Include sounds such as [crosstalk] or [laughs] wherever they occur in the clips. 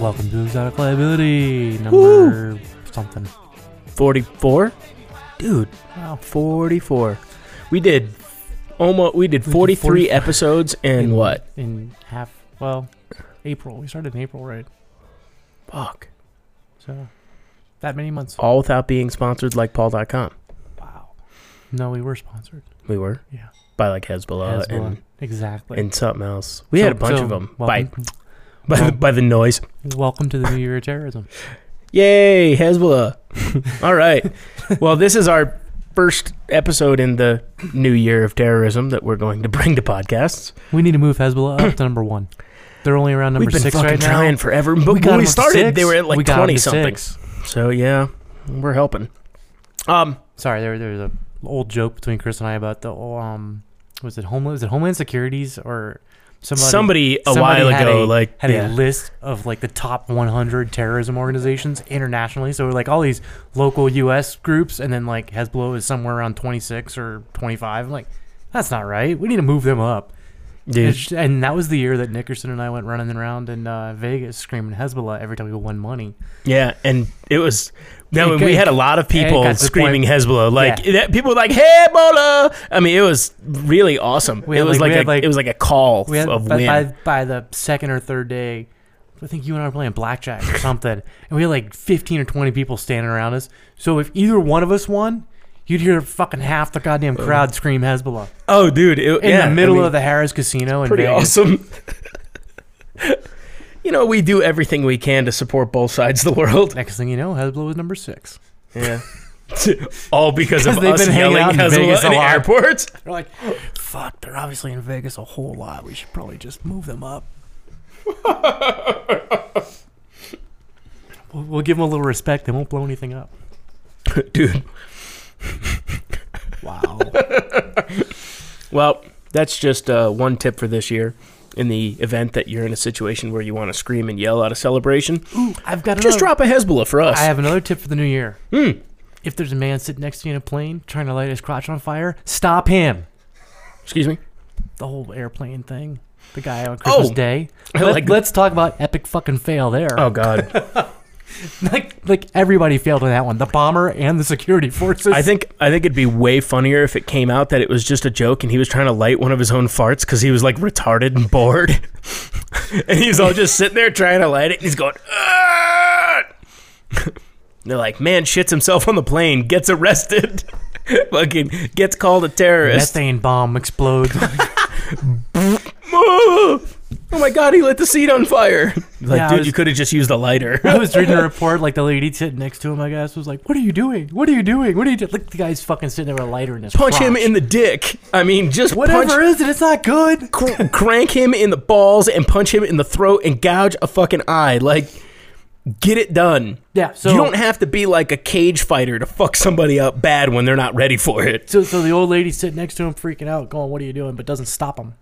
Welcome to Exotic Liability number something. 44? Dude, Wow, 44. We did almost we did 43 44. episodes in what? In half, well, April. We started in April, right? Fuck. So that many months. All without being sponsored like Oh, paul.com. Wow. No, we were sponsored. We were. Yeah. By like Hezbollah, Hezbollah. and exactly. and something else. We had a So- bunch so of them. By Welcome, by the, Well- by the noise. welcome to the new year of terrorism. [laughs] Yay, Hezbollah. All right. Well, this is our first episode in the new year of terrorism that we're going to bring to podcasts. We need to move Hezbollah up to number one. They're only around number We've been six fucking right trying now. forever. But We got when them we up to started, they six. were at like We got them to twenty something. six. So yeah, we're helping. Um, Sorry, there, there's a old joke between Chris and I about the um, was it Homeland? Was it Homeland Securities or somebody? somebody, a somebody while had ago, a- like had a yeah. list of like the top 100 terrorism organizations internationally. So like all these local U.S. groups, and then like Hezbollah is somewhere around 26 or 25. I'm like, that's not right. We need to move them up. dude, It's- And that was the year that Nickerson and I went running around in uh, Vegas screaming Hezbollah every time we won money. yeah, and it was. No, It and we got- had a lot of it got people to the screaming point- Hezbollah, like that, people were like Hezbollah. I mean, it was really awesome. We it had, was like, like, we had, a, like- it was like a call We had, of by, win. by, by the second or third day, I think you and I were playing blackjack or [laughs] something, and we had like 15 or 20 people standing around us. So if either one of us won, you'd hear fucking half the goddamn crowd scream Hezbollah oh, dude, it, in yeah, I the middle mean, of the Harris Casino in pretty Vegas. awesome. [laughs] you know, we do everything we can to support both sides of the world. Next thing you know, Hezbollah was number six. Yeah. [laughs] All because of Because they've us been hanging yelling out in Hezbollah Vegas a in lot. airports. [laughs] They're like, fuck, they're obviously in Vegas a whole lot. We should probably just move them up. [laughs] we'll, we'll give them a little respect. They won't blow anything up. Dude. [laughs] Wow. Well, that's just uh, one tip for this year. In the event that you're in a situation where you want to scream and yell out a celebration, I've got just another. drop a Hezbollah for us. I have another tip for the new year. Hmm. If there's a man sitting next to you in a plane trying to light his crotch on fire, stop him. Excuse me. The whole airplane thing. The guy on Christmas Oh. Day. [laughs] I Let, like- us talk about epic fucking fail there. Oh God, [laughs] like, like everybody failed on that one. The bomber and the security [laughs] forces. [laughs] I think I think it'd be way funnier if it came out that it was just a joke and he was trying to light one of his own farts because he was like retarded and bored, [laughs] and he's all just sitting there trying to light it. And he's going, "Ah!" [laughs] they're like, man, shits himself on the plane, gets arrested, [laughs] fucking gets called a terrorist. methane bomb [laughs] explodes. Oh my god, he lit the seat on fire. Like, Yeah, I dude, was- you could have just used a lighter. I was reading a report, like the lady sitting next to him, I guess, was like, "What are you doing? What are you doing? What are you doing?" Like the guy's fucking sitting there with a lighter in his [laughs] punch him crotch. in the dick. I mean, just Whatever punch, is it? It's not good. cr- crank him in the balls and punch him in the throat and gouge a fucking eye. Like, get it done. Yeah. So you don't have to be like a cage fighter to fuck somebody up bad when they're not ready for it. So, so the old lady sitting next to him, freaking out, going, "What are you doing?" But doesn't stop him.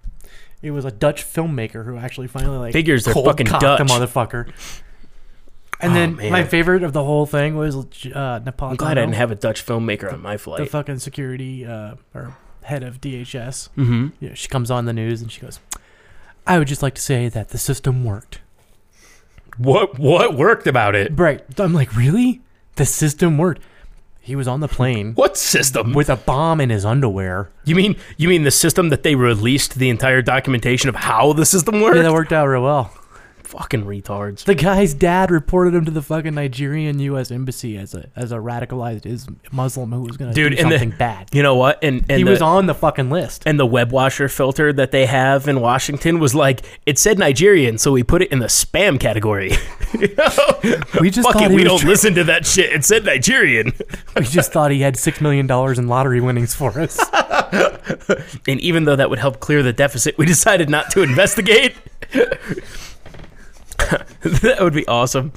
It was a Dutch filmmaker who actually finally like Figures they're cold fucking cocked Dutch. the motherfucker. And Oh, then man. my favorite of the whole thing was uh, Napolitano, I'm glad I didn't have a Dutch filmmaker on my the flight. fucking security uh, or head of DHS. mm-hmm. You know, she comes on the news and she goes, "I would just like to say that the system worked." What what worked about it? Right? I'm like, really? The system worked. He was on the [laughs] plane What system? with a bomb in his underwear. You mean you mean the system that they released the entire documentation of how the system worked? Yeah, that worked out real well. Fucking retards. The guy's dad reported him to the fucking Nigerian U.S. embassy as a as a radicalized is Muslim who was gonna Dude, do and the- something [laughs] bad. You know what? And and He the, was on the fucking [laughs] list. and the web washer filter that they have in Washington was like it said Nigerian, so we put it in the spam category. [laughs] You know? We just Fuck thought it, he we was don't tr- listen to that shit. It said Nigerian, [laughs] we just thought he had six million dollars in lottery winnings for [laughs] us. and even though that would help clear the deficit, we decided not to investigate. [laughs] that would be awesome.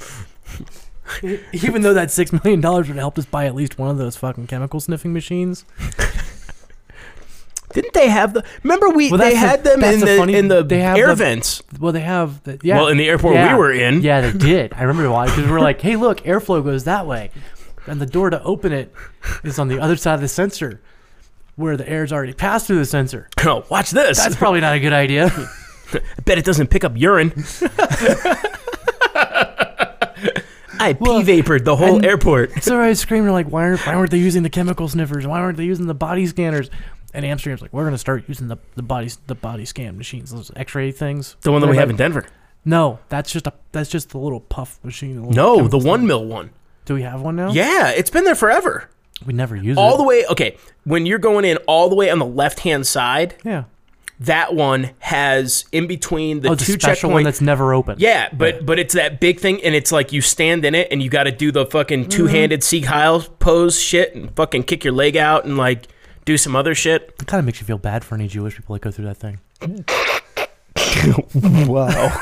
Even though that six million dollars would help us buy at least one of those fucking chemical sniffing machines. Didn't they have the? Remember we Well, that's they the- had them that's in the the funny- in the they have air the- vents. Well, they have. The, yeah. Well, in the airport Yeah. we were in, Yeah, [laughs] they did. I remember why because we were like, "Hey, look, airflow goes that way," and the door to open it is on the other side of the sensor, where the air's already passed through the sensor. Oh, watch this. [laughs] That's probably not a good idea. [laughs] I bet it doesn't pick up urine. I Well, pee vapored the whole and- airport. So I was screaming like, why aren't, why aren't they using the chemical sniffers? Why aren't they using the body scanners? And Amsterdam's like, we're gonna start using the the body the body scan machines, those X-ray things. The one that we They're have in like, Denver. No, that's just a that's just the little puff machine. the little No, the chemical one thing. mill one. Do we have one now? Yeah, it's been there forever. we never use All it. the way. Okay, when you're going in all the way on the left hand side, yeah. that one has in between the Oh, two the special one checkpoint- that's never open. Yeah, but but it's that big thing, and it's like you stand in it, and you got to do the Mm-hmm. fucking two handed Sieg Heil pose shit, and fucking kick your leg out, and like do some other shit. It kind of makes you feel bad for any Jewish people that go through that thing. Wow,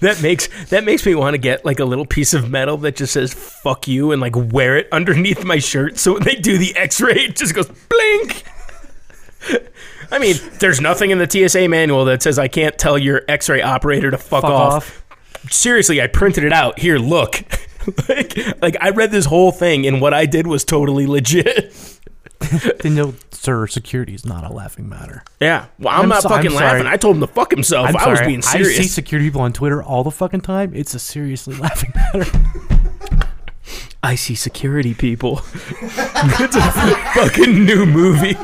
that makes that makes me want to get like a little piece of metal that just says "fuck you" and like wear it underneath my shirt, so when they do the X ray, it just goes blink. I mean, there's nothing in the TSA manual that says I can't tell your X-ray operator to fuck, Fuck off. seriously, I printed it out. Here, look. [laughs] like, like I read this whole thing, and what I did was totally legit. They know, sir, security is not a laughing matter. Yeah. Well, I'm, I'm not so- fucking I'm sorry. laughing. I told him to fuck himself. I'm I was sorry, being I see serious. security people on Twitter all the fucking time. It's a seriously [laughs] laughing matter. I see security [laughs] people. it's a fucking new movie.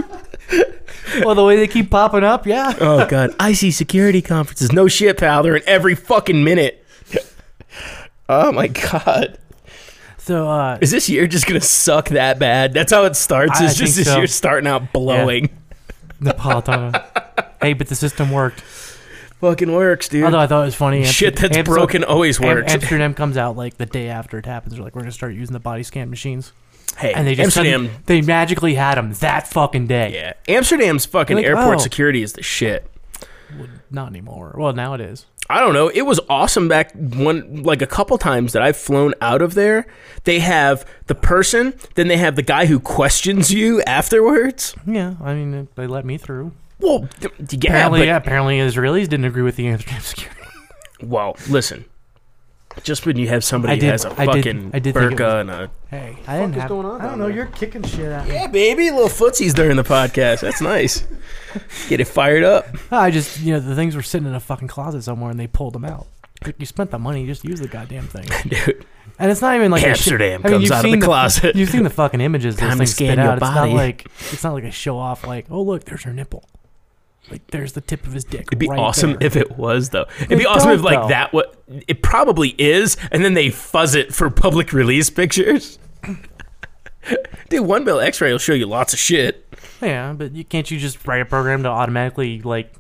well, the way they keep popping up, yeah. Oh god, I see security conferences. No shit, pal. They're in every fucking minute. [laughs] Oh my god. So, uh, Is this year just gonna suck that bad? That's how it starts. I- Is I just think this so. year starting out blowing. Napolitano. hey, but the system worked. Fucking works, dude. Although I thought it was funny. Shit Amster- that's Amster- broken always Am- works. Amsterdam comes out like the day after it happens. They're like, we're gonna start using the body scan machines, hey, and they just Amsterdam. sudden- they magically had them that fucking day. Yeah, Amsterdam's fucking Like, airport oh. security is the shit. Well, not anymore. Well, now it is. I don't know. It was awesome back one like a couple times that I've flown out of there. They have the person, then they have the guy who questions you afterwards. Yeah, I mean, it- they let me through. Well, th- yeah, Apparently, but- yeah, apparently, Israelis didn't agree with the Amsterdam [laughs] security. Well, listen. Just when you have somebody I who did- has a I did- fucking I did think it burqa and a Hey, I didn't have, going on I don't down know. there? You're kicking shit out. yeah, baby, little footsies during the podcast. That's nice. Get it fired up. I just, you know, the things were sitting in a fucking closet somewhere, and they pulled them out. Like, You spent the money, just use the goddamn thing. [laughs] Dude, And it's not even like a shit- Amsterdam I mean, comes you've out of seen the the- closet. You've seen the fucking images those Time to things spit scan your out. It's not body. like it's not like a show off. Like, oh look, there's her nipple. Like there's the tip of his dick. It'd be awesome if it was though. It'd be They awesome if don't, like though. that what it probably is, and then they fuzz it for public release pictures. [laughs] Dude, one bill X-ray will show you lots of shit. yeah, but you can't you just write a program to automatically like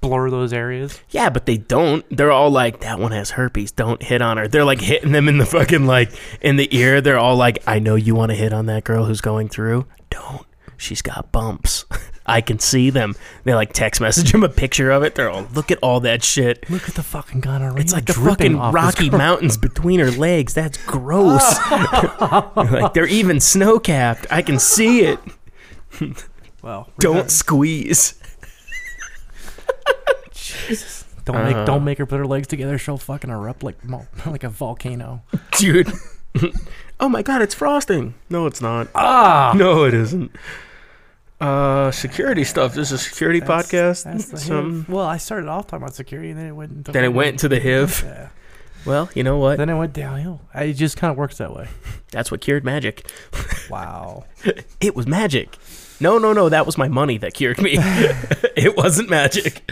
blur those areas? Yeah, but they don't. They're all like, that one has herpes. Don't hit on her. They're like hitting them in the fucking like in the ear. They're all like, I know you want to hit on that girl who's going through. Don't. She's got bumps. [laughs] I can see them. They like text message him a picture of it. They're all look at all that shit. Look at the fucking gonorrhea. It's like the dripping fucking off this Rocky girl. Mountains between her legs. That's gross. [laughs] like they're even snow capped. I can see it. Well, we're Don't not- squeeze. don't make Uh. don't make her put her legs together. She'll fucking erupt like mo- [laughs] like a volcano. Dude. [laughs] oh my god, it's frosting. No, it's not. Ah, [laughs] No, it isn't. Uh security stuff. This is a security podcast. That's the Some- HIV. Well, I started off talking about security, and then it went. Into Then it went to the HIV. Yeah. Well, you know what? Then it went downhill. It just kind of works that way. That's what cured magic. Wow. It was magic. No, no, no, that was my money that cured me. [laughs] it wasn't magic.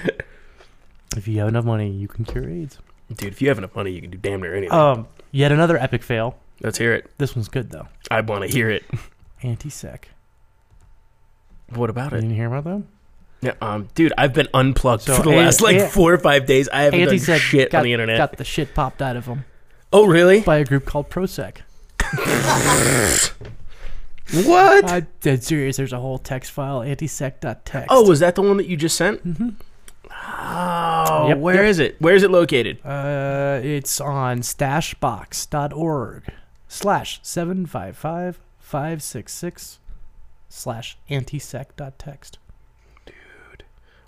If you have enough money, you can cure AIDS. Dude, if you have enough money, you can do damn near anything. Um, yet another epic fail. Let's hear it. This one's good though. I want to hear it. Anti-sec. What about You it? didn't hear about them? Yeah, um, dude, I've been unplugged So, for the a- last like a- four or five days. I haven't done Anti-sec shit got, on the internet. got the shit popped out of them oh, really? by a group called Prosec. What? I'm dead serious. There's a whole text file, antisec.txt. oh, was that the one that you just sent? hmm Oh, where Yep, is yep. it? Where is it located? Uh, it's on stashbox.org slash 755566 slash antisec.txt.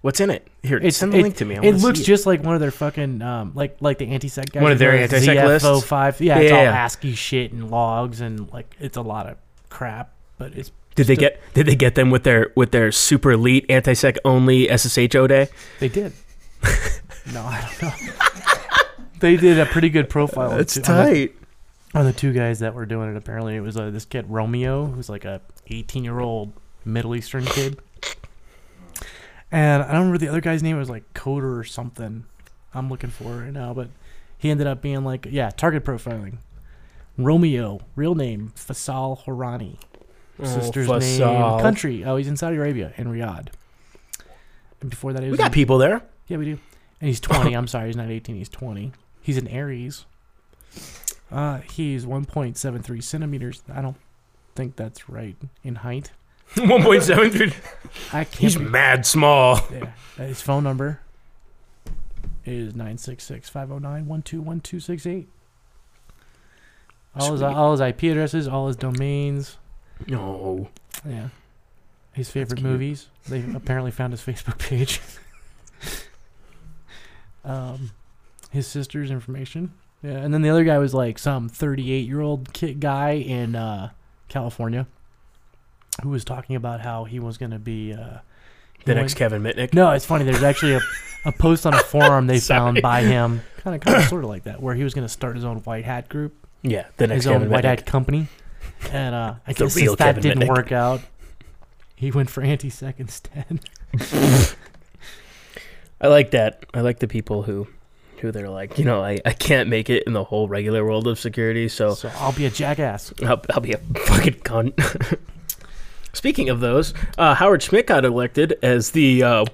What's in it? Here, It's- send the it- link to me. I It wanna looks see just like one of their fucking um, like like the anti-sec guys. One of their anti-sec lists? Five, yeah, it's Yeah, all yeah. ASCII shit and logs and like it's a lot of crap. But it's Did they still- get? Did they get them with their with their super elite anti-sec only SSHO day? They [laughs] did. no, Oh, I don't know. they did a pretty good profile. That's too, on the- One of the two guys that were doing it, apparently, it was uh, this kid Romeo, who's like a 18 year old Middle Eastern kid. And I don't remember the other guy's name. It was like Coder or something. I'm looking for it right now, but he ended up being like, yeah, target profiling. Romeo, real name Fasal Horani, Oh, Oh, sister's name, country. Oh, he's in Saudi Arabia in Riyadh. And before that, he We was got in- people [laughs] there. yeah, we do. And he's [laughs] 20. I'm sorry, he's not 18. He's 20. He's an Aries. Uh, he's 1.73 centimeters. I don't think that's right in height. 1.73. I can't. [laughs] He's be- mad small. yeah. Uh, His phone number is 966-509-121268. All his, Sweet. all his IP addresses, all his domains. No. Yeah. His favorite cute. movies. They [laughs] apparently found his Facebook page. [laughs] um, his sister's information. Yeah, and then the other guy was like some 38 year old kid guy in uh, California who was talking about how he was going to be. Uh, he The went- next Kevin Mitnick. no, it's funny. There's actually a, a post on a forum [laughs] they found by him, kind of, [coughs] kind of, sort of like that, where he was going to start his own white hat group Yeah, the next his own Kevin white Mitnick. hat [laughs] company. And uh, I The guess real since that Kevin didn't Mitnick. work out, he went for anti sec instead. I like that. I like the people who who they're like, you know, I, I can't make it in the whole regular world of security, so So I'll be a jackass. I'll, I'll be a fucking cunt. [laughs] Speaking of those, uh, Howard Schmidt got elected as the uh,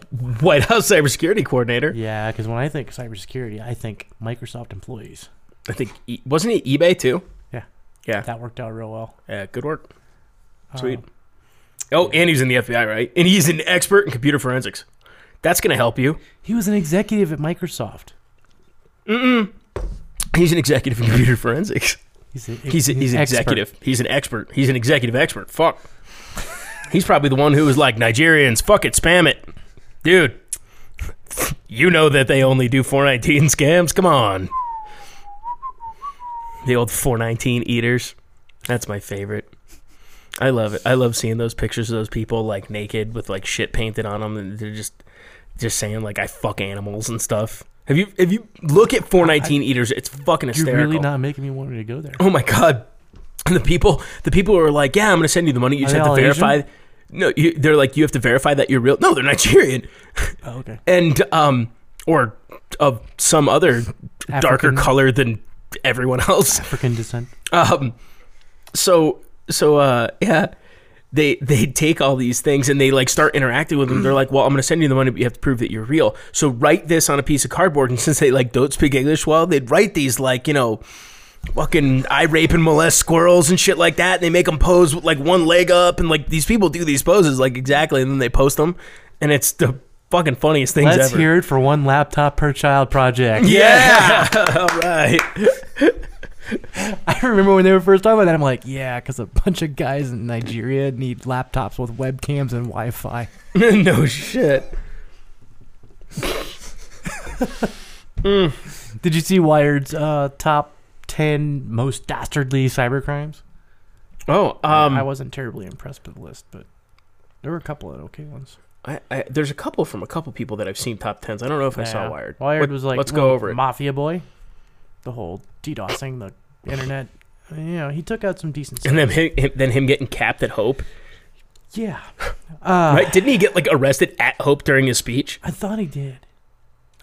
White House cybersecurity coordinator. Yeah, because when I think cybersecurity, I think Microsoft employees. I think e- wasn't he eBay too? Yeah. yeah, That worked out real well. yeah. Good work. Uh, Sweet. Oh, and he's in the FBI, right? And he's an expert in computer forensics. That's gonna help you. he was an executive at Microsoft. He's an executive in computer [laughs] forensics. He's, a, He's, a, he's an expert. executive. He's an expert. He's an executive expert. Fuck. he's probably the one who was like Nigerians. Fuck it, spam it, dude. You know that they only do 419 scams. Come on, the old 419 eaters. That's my favorite. I love it. I love seeing those pictures of those people like naked with like shit painted on them, and they're just just saying like I fuck animals and stuff. Have you have you look at 419 eaters? It's fucking You're hysterical. really not making me want me to go [laughs] there. Oh my god! And the people, the people were like, "Yeah, I'm going to send you the money. You just Are have they to all verify." No, you, they're like, "You have to verify that you're real." No, they're Nigerian [laughs] Oh, okay. and um or of some other darker African- color than everyone else. African descent. Um, so so uh yeah. They, they take all these things and they like start interacting with them. They're like, "Well, I'm going to send you the money, but you have to prove that you're real." So write this on a piece of cardboard. And [laughs] since they like don't speak English well, they'd write these like you know, fucking I rape and molest squirrels and shit like that. And they make them pose with like one leg up and like these people do these poses like exactly, and then they post them, and it's the fucking funniest things Let's ever. hear it for one laptop per child project. [laughs] yeah, all right. [laughs] I remember when they were first talking about that. I'm like, yeah, because a bunch of guys in Nigeria need laptops with webcams and Wi-Fi. [laughs] no shit. Did you see Wired's uh, top ten most dastardly cybercrimes? Oh, um, I wasn't terribly impressed with the list, but there were a couple of okay ones. I, I, there's a couple from a couple people that I've seen top tens. I don't know if I saw Yeah. Wired. Wired Let- was like, let's go well, over it. Mafia boy, the whole DDoSing the internet. You know, he took out some decent. and then him, him- then him getting capped at Hope. Yeah, [laughs] uh, Right? Didn't he get like arrested at Hope during his speech? I thought he did.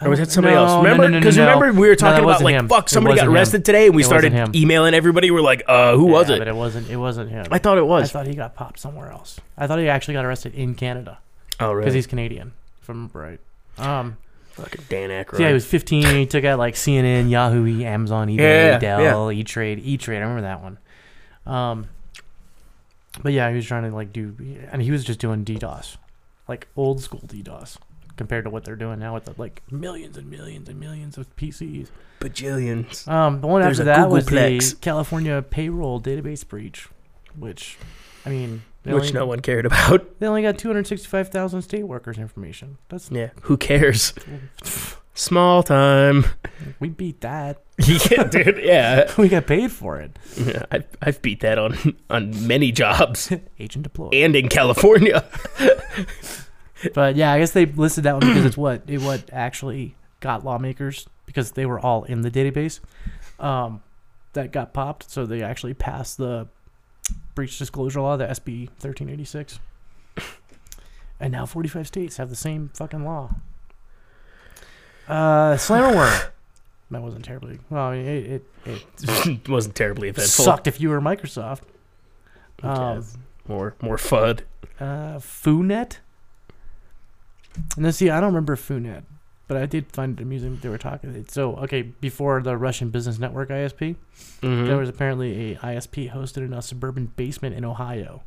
I Or was don't- that somebody else? no, no, Remember? no, no, Because no, no. remember we were No, that talking about wasn't like him. fuck It somebody got wasn't him. arrested today, and we It wasn't started him. emailing everybody. We're like, uh, who was Yeah, it? But it wasn't. It wasn't him. I thought it I was. thought he got popped somewhere else. I thought he actually got arrested in Canada oh, because really? he's Canadian. If I'm right. Um, fucking Dan Aykroyd. so yeah, he was 15. he took out like CNN, Yahoo, E, Amazon, eBay, Yeah, yeah, Dell, E Trade, E Trade. I remember that one. Um, but yeah, he was trying to like do, and he was just doing DDoS, like old school DDoS, compared to what they're doing now with the, like millions and millions and millions of PCs. bajillions. Um, the one There's after a that was the Googleplex. California payroll database breach, which, I mean, they Which only- no one cared about. [laughs] They only got 265,000 state workers information. That's Yeah, who cares? Small time. [laughs] we beat that. yeah, dude. Yeah, [laughs] We got paid for it. yeah I've, I've beat that on on many jobs Agent deployed. and in California. [laughs] But yeah, I guess they listed that one because it's what it what actually got lawmakers because they were all in the database. Um, that got popped, so they actually passed the breach disclosure law, the SB 1386. And now 45 states have the same fucking law. Uh, slammer worm. That wasn't terribly. Well, I mean, it, it, it it wasn't terribly eventful. sucked if you were Microsoft. Um, Yes. More more FUD. uh, Foonet. And then, see, I don't remember Foonet, but I did find it amusing that they were talking. It. So, okay, before the Russian Business Network ISP, Mhm. there was apparently a ISP hosted in a suburban basement in Ohio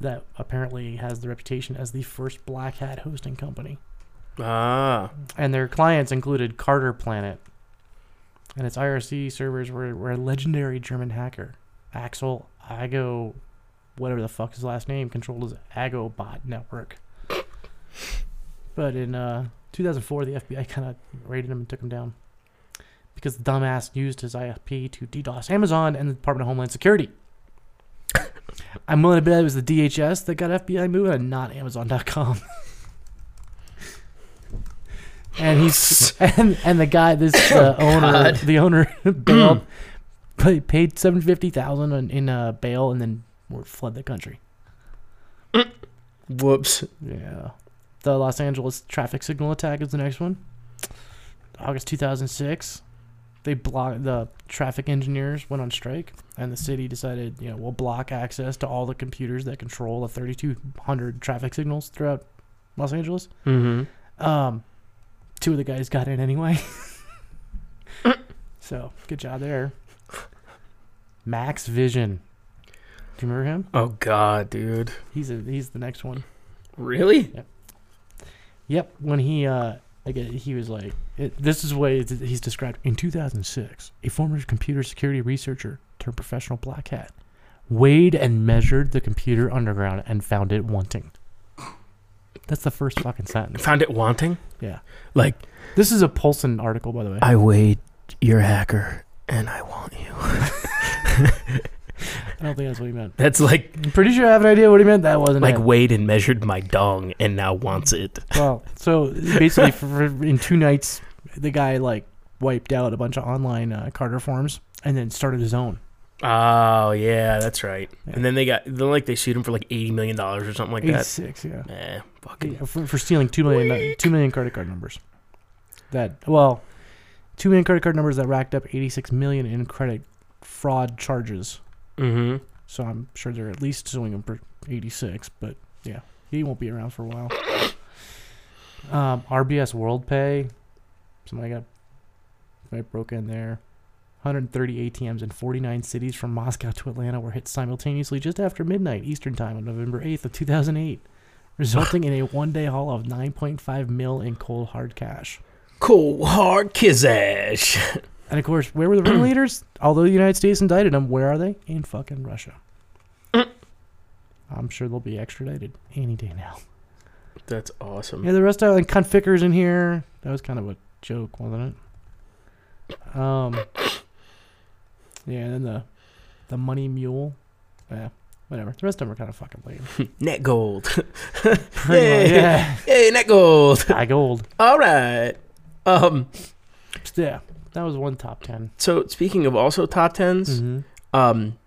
that apparently has the reputation as the first black hat hosting company. ah, And their clients included Carter Planet. And its IRC servers were, were a legendary German hacker, Axel Ago, whatever the fuck his last name, controlled his Agobot network. But in uh, 2004, the [laughs] FBI kind of raided him and took him down. Because the dumbass used his IFP to DDoS Amazon and the Department of Homeland Security. I'm willing to bet it was the DHS that got FBI moving and not Amazon.com. [laughs] and he's and and the guy, this uh, owner, God. the owner [laughs] bailed, pa- paid seven fifty thousand in, in uh, bail, and then fled the country. [laughs] whoops. Yeah. The Los Angeles traffic signal attack is the next one. August 2006, they blocked the traffic engineers went on strike and the city decided, you know, we'll block access to all the computers that control the 3200 traffic signals throughout Los Angeles. Mm-hmm. Um two of the guys got in anyway. so, good job there. Max Vision. Do you remember him? Oh God, dude. He's a, he's the next one. Really? Yep, when he uh like uh, he was like it, this is the way it's- he's described in 2006, a former computer security researcher turned professional black hat weighed and measured the computer underground and found it wanting. That's the first fucking sentence. Found it wanting. Yeah. Like This is a Polson article by the way. I weighed your hacker and I want you. I don't think that's what he meant. That's like I'm pretty sure I have an idea what he meant. That wasn't like [laughs] it. weighed and measured my dong and now wants it. Well, so basically, for, for- in two nights, the guy like wiped out a bunch of online uh, Carter forums and then started his own. Oh yeah, that's right. Yeah. And then they got then like they sued him for like eighty million dollars or something like that. 86, yeah. Eh, fucking Yeah, for, for stealing two million two million credit card numbers. That well, two million credit card numbers that racked up eighty six million in credit fraud charges. Mm-hmm. So I'm sure they're at least suing him for eighty six. But yeah, he won't be around for a while. Um, RBS WorldPay, somebody got somebody broke in there. 130 ATMs in 49 cities from Moscow to Atlanta were hit simultaneously just after midnight Eastern Time on November 8th of 2008, resulting in a one-day haul of 9.5 mil in cold hard cash. Cool hard kizash. And of course, where were [clears throat] the ringleaders? Although the United States indicted them, where are they? In fucking [clears throat] Russia. I'm sure they'll be extradited any day now. That's awesome. Yeah, the rest of like configures in here. That was kind of a joke, wasn't it? Um. Yeah, and then the the money mule. Yeah, whatever. The rest of them are kind of fucking [laughs] lame. Net gold. Pretty much, Yay. yeah. Hey, net gold. I gold. All right. Um. [laughs] Yeah, that was one top 10 So speaking of also top 10s Mm-hmm. um.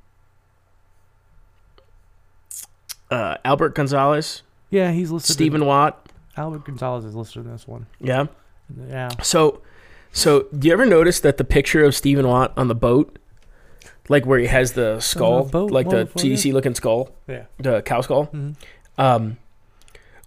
Uh, Albert Gonzalez, Yeah, he's listed. in- Stephen Watt. Albert Gonzalez is listed in this one. Yeah. Yeah. So, so do you ever notice that the picture of Stephen Watt on the boat, like where he has the skull, boat, like the wonderful, yeah. CDC looking skull, Yeah. the cow skull, hmm um,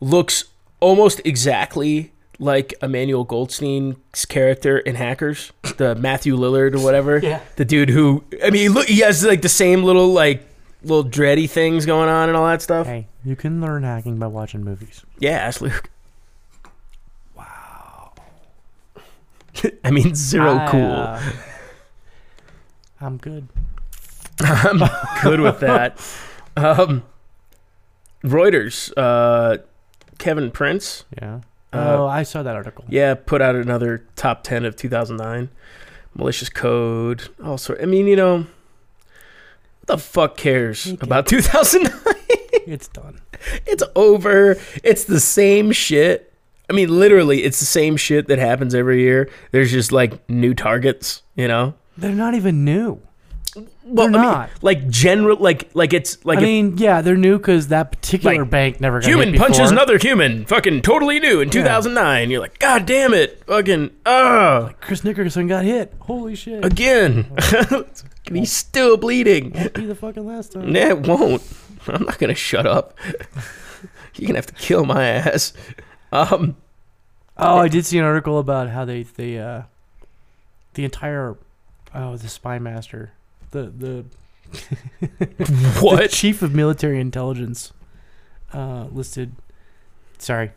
looks almost exactly like Emmanuel Goldstein's character in Hackers, the Matthew Lillard or whatever, Yeah. the dude who I mean, he look, he has like the same little like little dready things going on and all that stuff. Hey, you can learn hacking by watching movies. Yeah, Ashley. Wow. [laughs] I mean, zero I, cool. uh, [laughs] I'm good. I'm good with that. Um, Reuters, uh, Kevin Prince, Yeah. Uh, oh, I saw that article. yeah, put out another top 10 of 2009. Malicious code, all sort. I mean, you know, what the fuck cares Okay. about [laughs] 2009? It's done. It's over. It's the same shit. I mean, literally, it's the same shit that happens every year. There's just like new targets, you know? They're not even new. well, They're I mean, not. like general, like like it's like I if mean, yeah, they're new because that particular Like, bank never got human hit punches before. another human, fucking totally new in 2009. You're like, God damn it, fucking ah Chris Nickerson got hit. Holy shit! again. and [laughs] he's still bleeding. Be the fucking last time. Nah, it won't. I'm not gonna shut up. [laughs] You're gonna have to kill my ass. Um, Oh, I did see an article about how they they uh the entire oh the spy master the the, the [laughs] what? chief of military intelligence uh listed sorry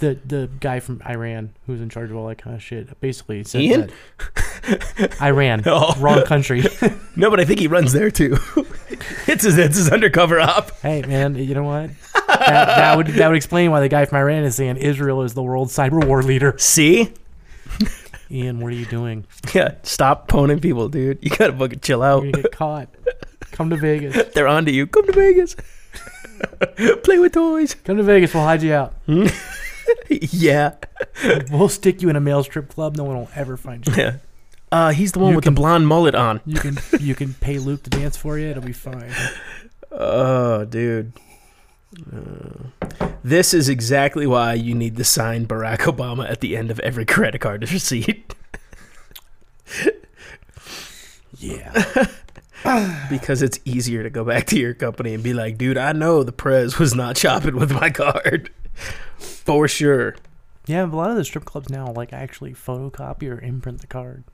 the the guy from Iran who's in charge of all that kind of shit basically said Ian? that [laughs] Iran Oh. wrong country No, but I think he runs there too. [laughs] it's his it's his undercover op. hey man you know what that, that would that would explain why the guy from Iran is saying Israel is the world cyber war leader See? Ian what are you doing Yeah, stop poning people, dude. You gotta fucking chill you're out. gonna get caught come to Vegas They're onto you. Come to Vegas. [laughs] Play with toys. [laughs] come to Vegas we'll hide you out yeah. We'll stick you in a male strip club. No one will ever find you. Yeah. Uh, he's the one You with the blonde mullet on. You can you can pay Luke to dance for you. It'll be fine. Oh, dude. Uh, This is exactly why you need to sign Barack Obama at the end of every credit card [laughs] receipt Yeah. because it's easier to go back to your company and be like, dude, I know the Prez was not shopping with my card for sure. Yeah, but a lot of the strip clubs now like actually photocopy or imprint the card.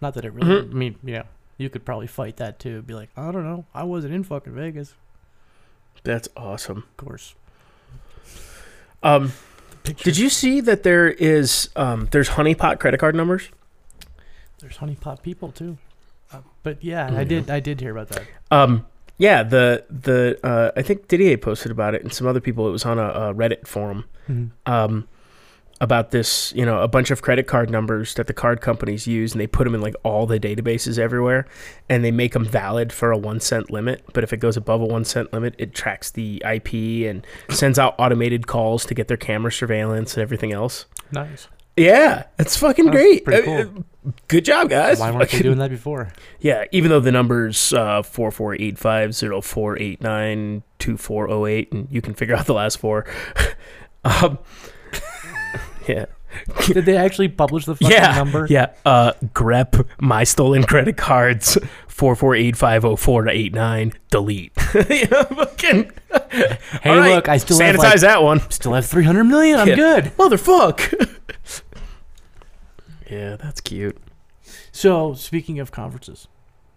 Not that it really. Mm-hmm. I mean, you know, you could probably fight that too. Be like, I don't know, I wasn't in fucking Vegas. That's awesome. Of course. Um, Picture. did you see that there is um, there's honeypot credit card numbers? There's honeypot people too. Uh, but yeah, I Mm-hmm. did I did hear about that. Um, yeah, the the uh, I think Didier posted about it and some other people. It was on a, a Reddit forum. um, about this, you know, a bunch of credit card numbers that the card companies use, and they put them in like all the databases everywhere, and they make them valid for a one cent limit. But if it goes above a one cent limit, it tracks the IP and sends out automated calls to get their camera surveillance and everything else. Nice. Yeah, that's fucking That's great. pretty Uh, uh, Good job, guys. Why weren't they Fucking- doing that [laughs] before? yeah, even though the numbers uh, 448504892408, oh, and you can figure out the last four. [laughs] um, [laughs] yeah. Did they actually publish the fucking yeah, number? Yeah. Uh, grep my stolen credit cards four four eight five zero four to eight nine delete. [laughs] you know, fucking. Hey, All right, look, I still sanitize have like, that one. still have 300 million. I'm Yeah. good. Motherfuck. [laughs] yeah, that's cute. So speaking of conferences,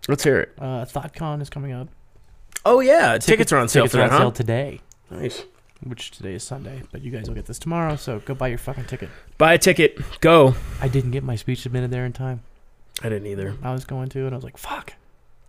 Let's hear it. uh, ThoughtCon is coming up. Oh yeah, tickets, are on sale Tickets are today. on sale Huh? today, Nice. which today is Sunday, but you guys will get this tomorrow. So go buy your fucking ticket. Buy a ticket. Go. I didn't get my speech submitted there in time. I didn't either. I was going to, and I was like, "Fuck!"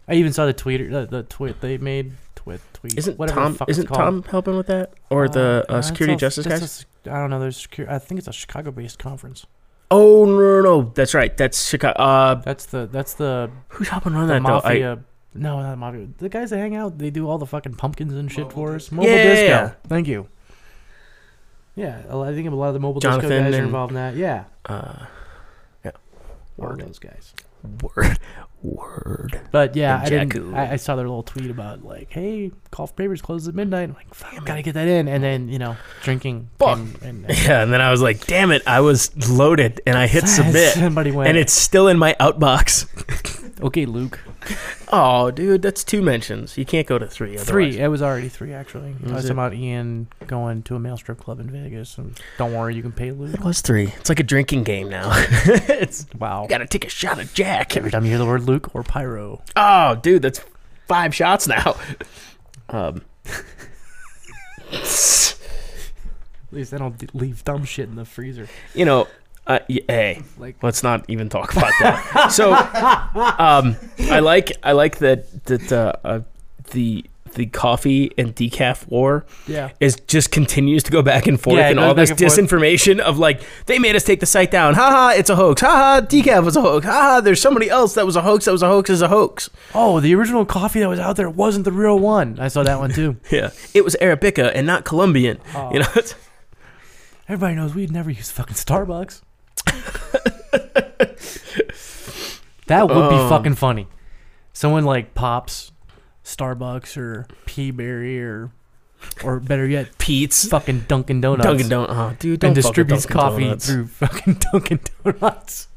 I even saw the tweeter, the, the tweet they made. Tweet, tweet. Isn't whatever Tom? The fuck it's isn't called. Tom helping with that? Or the no, uh, it's security a- justice that's guys? a s- I don't know. There's secure. I think it's a Chicago-based conference. oh no, no, no. That's right. That's Chicago. Uh, That's the that's the, who's helping run the that though? I- mafia. no, not mafia. The guys that hang out, they do all the fucking pumpkins and shit Mobile for us. disco. Mobile Yeah, yeah, disco. yeah. Thank you. Yeah, a lot- I think a lot of the mobile disco Jonathan guys are and- involved in that. Yeah, uh, all Word. those guys. Word. [laughs] Word. But yeah, I, And didn't, Jakku. I, I saw their little tweet about like, "Hey, call for papers closes at midnight." I'm like, "Fuck, gotta get that in." And then you know, drinking. Fuck. And, and, [laughs] Yeah, and then I was like, damn it, I was loaded and [laughs] I [laughs] hit submit. Somebody went. And it's still in my outbox. okay, Luke. [laughs] Oh, dude, that's two mentions. You can't go to three. Three. It was already three actually. I Was was it? about Ian going to a male strip club in Vegas, and don't worry, you can pay Luke. [laughs] It was three. It's like a drinking game now. [laughs] it's Wow. you gotta take a shot of Jack. Every time you hear the word Luke or pyro, [laughs] Oh, dude, that's five shots now. [laughs] Um. at least I don't d- leave dumb shit in the freezer. you know, uh, y- hey, Like- let's not even talk about [laughs] that. so, um, I like I like that that uh, uh, the the coffee and decaf war Yeah. is just continues to go back and forth, Yeah, it and goes all back this and forth. disinformation of like they made us take the site down. Ha ha, it's a hoax. Ha ha, decaf was a hoax. Ha ha, there's somebody else that was a hoax. That was a hoax. Is a hoax. Oh, the original coffee that was out there wasn't the real one. I saw that one too. Yeah, it was Arabica and not Colombian. [laughs] You know, [laughs] it's, Everybody knows we'd never use fucking [laughs] Starbucks. that would be Oh. Um. fucking funny. someone like pops Starbucks or Peaberry or or better [laughs] yet, Pete's fucking Dunkin' Donuts Dunkin' Donuts. Oh, dude, don't and fuck with distributes Dunkin' coffee Donuts. through [laughs] fucking Dunkin' Donuts.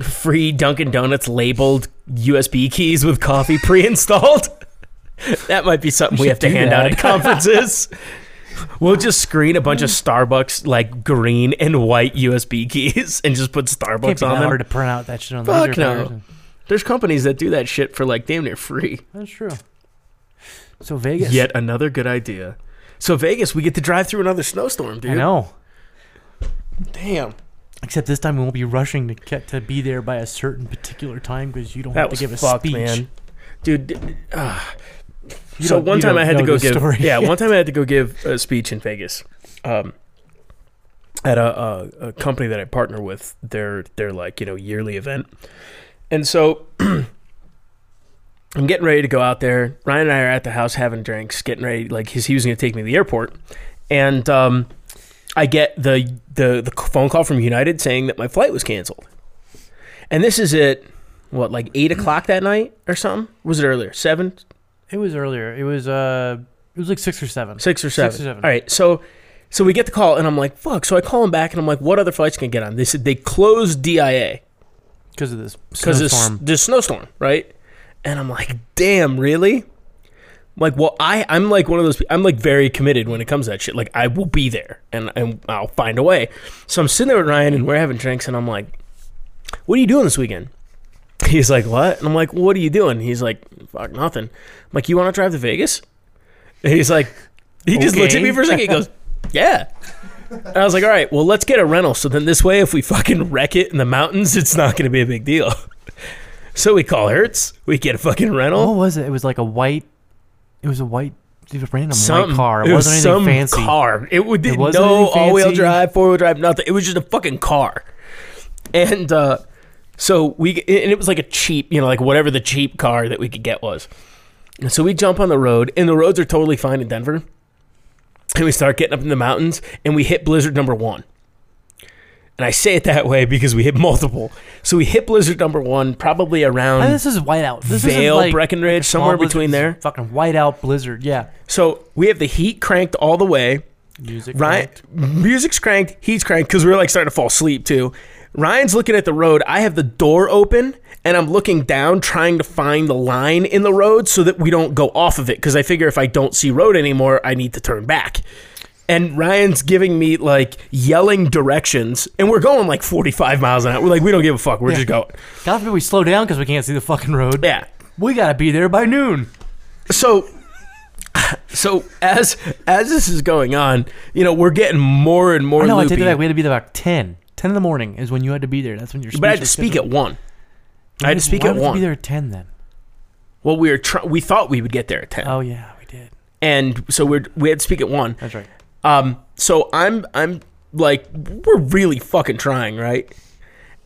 free Dunkin' Donuts labeled USB keys with coffee pre-installed. [laughs] that might be something we, should have to do hand out that. [laughs] at conferences. we'll just screen a bunch of Starbucks like green and white USB keys and just put Can't Starbucks be that on them. hard to print out that shit on Fuck the no. laser printers. There's companies that do that shit for like damn near free. That's true. So Vegas, Yet another good idea. So Vegas, we get to drive through another snowstorm, dude. I know. Damn. Except this time we won't be rushing to get to be there by a certain particular time because you don't That have to was give a fucked, speech. man. Dude, d- ah. You so don't- one you time don't I had to know go this give story. yeah one time I had to go give a speech in Vegas, um, at a, a a company that I partner with their their like you know yearly event, and so [clears throat] I'm getting ready to go out there. Ryan and I are at the house having drinks, getting ready like his he was going to take me to the airport, and um, I get the the the phone call from United saying that my flight was canceled, and this is at what like eight o'clock that night or something was it earlier seven [laughs] It was earlier. It was uh, it was like six or seven. Six or seven. Six or seven. All right. So so we get the call and I'm like, fuck. So I call him back and I'm like, what other flights can I get on? They said they closed DIA Because of this because this snowstorm. this snowstorm, right? And I'm like, damn, really? I'm like, well, I I'm like one of those. pe- I'm like very committed when it comes to that shit. Like, I will be there and and I'll find a way. So I'm sitting there with Ryan and we're having drinks and I'm like, what are you doing this weekend? [laughs] He's like, what? And I'm like, what are you doing? He's like, fuck, nothing. I'm like, you want to drive to Vegas? And he's like, he just looks at Okay. me for a second. [laughs] He goes, yeah. And I was like, all right, well, let's get a rental. So then this way, if we fucking wreck it in the mountains, it's not going to be a big deal. [laughs] So we call Hertz. We get a fucking rental. What was it? It was like a white. It was a white, it was a random Some white car. It, It was wasn't anything some fancy. car. It, would didn't wasn't no anything all wheel fancy. drive, four wheel drive, nothing. It was just a fucking car. And uh, so we and it was like a cheap, you know, like whatever the cheap car that we could get was. And so we jump on the road, and the roads are totally fine in Denver. And we start getting up in the mountains, and we hit blizzard number one. And I say it that way because we hit multiple. So we hit blizzard number one, probably And around this is whiteout. This Vail, is like Breckenridge, small somewhere blizzard. between This is there. Fucking whiteout blizzard. Yeah. So we have the heat cranked all the way. Music. Ryan, music's cranked, he's cranked because we were like starting to fall asleep too. Ryan's looking at the road. I have the door open and I'm looking down, trying to find the line in the road so that we don't go off of it. Because I figure if I don't see road anymore, I need to turn back. And Ryan's giving me like yelling directions, and we're going like 45 miles an hour. We're like, we don't give a fuck. We're just going. God forbid we slow down because we can't see the fucking road. Yeah. We gotta be there by noon. so [sighs] so as as this is going on you know we're getting more and more I know. I loopy take that back. We had to be there about ten. Ten in the morning is when you had to be there. That's when your. but i speech had to was speak scheduled. at one i had to speak Why at would you Be one there at ten then. well we were try- we thought we would get there at 10 Oh yeah, we did. and so we're we had to speak at one That's right. Um, so I'm I'm like we're really fucking trying, right?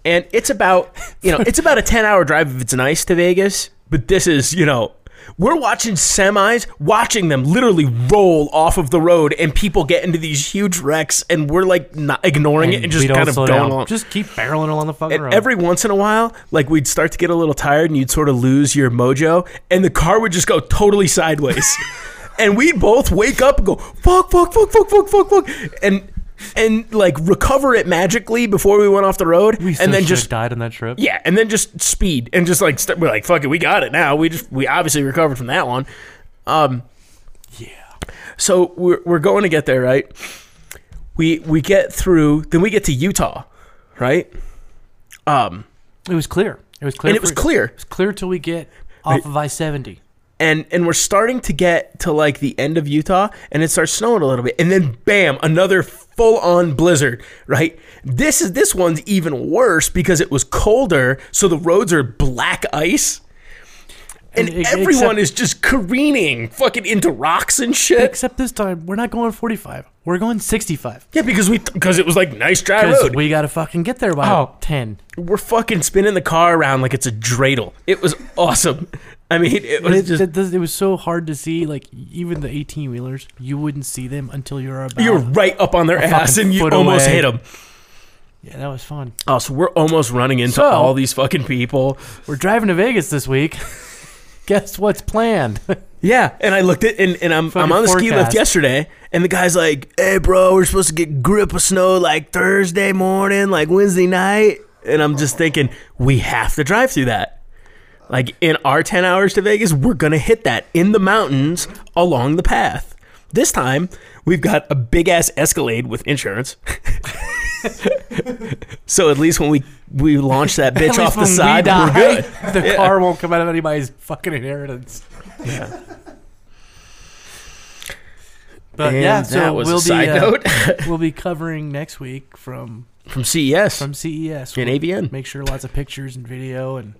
And it's about you know it's about a ten hour drive if it's nice to Vegas, but this is you know we're watching semis, watching them literally roll off of the road, and people get into these huge wrecks, and we're like not ignoring it and we just don't kind of slow going down. along. Just keep barreling along the fucking And road. every once in a while, like we'd start to get a little tired and you'd sort of lose your mojo, and the car would just go totally sideways. and we'd both wake up and go, fuck, fuck, fuck, fuck, fuck, fuck, fuck. And and like recover it magically before we went off the road. we and then just just died on that trip. yeah, and then just speed and just like st- we're like fuck it, we got it now. We just we obviously recovered from that one. Um, yeah. So we're we're going to get there, right? We we get through, then we get to Utah, right? Um, It was clear. It was clear. and it was for- clear, It's clear till we get off of I seventy. and and we're starting to get to like the end of Utah, and it starts snowing a little bit, and then bam, another full on blizzard, right? This is this one's even worse because it was colder, so the roads are black ice. And And e- everyone is just careening fucking into rocks and shit. Except this time, we're not going forty-five. We're going sixty-five. Yeah, because we because it was like nice dry Because road. we gotta fucking get there by Oh. ten. We're fucking spinning the car around like it's a dreidel. It was awesome. I mean, it But was it, just that does- it was so hard to see, like even the eighteen wheelers, you wouldn't see them until you're about. you're right up on their ass fucking and you foot almost away. hit them. yeah, that was fun. Oh, so we're almost running into So- all these fucking people. We're driving to Vegas this week. [laughs] guess what's planned? [laughs] Yeah, and I looked at and, and I'm Fucking I'm on the ski forecast. lift yesterday, and the guy's like, "Hey, bro, we're supposed to get grip of snow like Thursday morning, like Wednesday night," and I'm just thinking we have to drive through that. Like in our ten hours to Vegas, we're gonna hit that in the mountains along the path. This time, we've got a big ass Escalade with insurance. [laughs] so at least when we we launch [laughs] that At bitch least off the when we side, die, we're good. [laughs] The car won't come out of anybody's fucking inheritance. But And yeah, that so was a we'll be side uh, note. [laughs] [laughs] we'll be covering next week from From E CES from CES. and We'll AVN. make sure lots of pictures and video and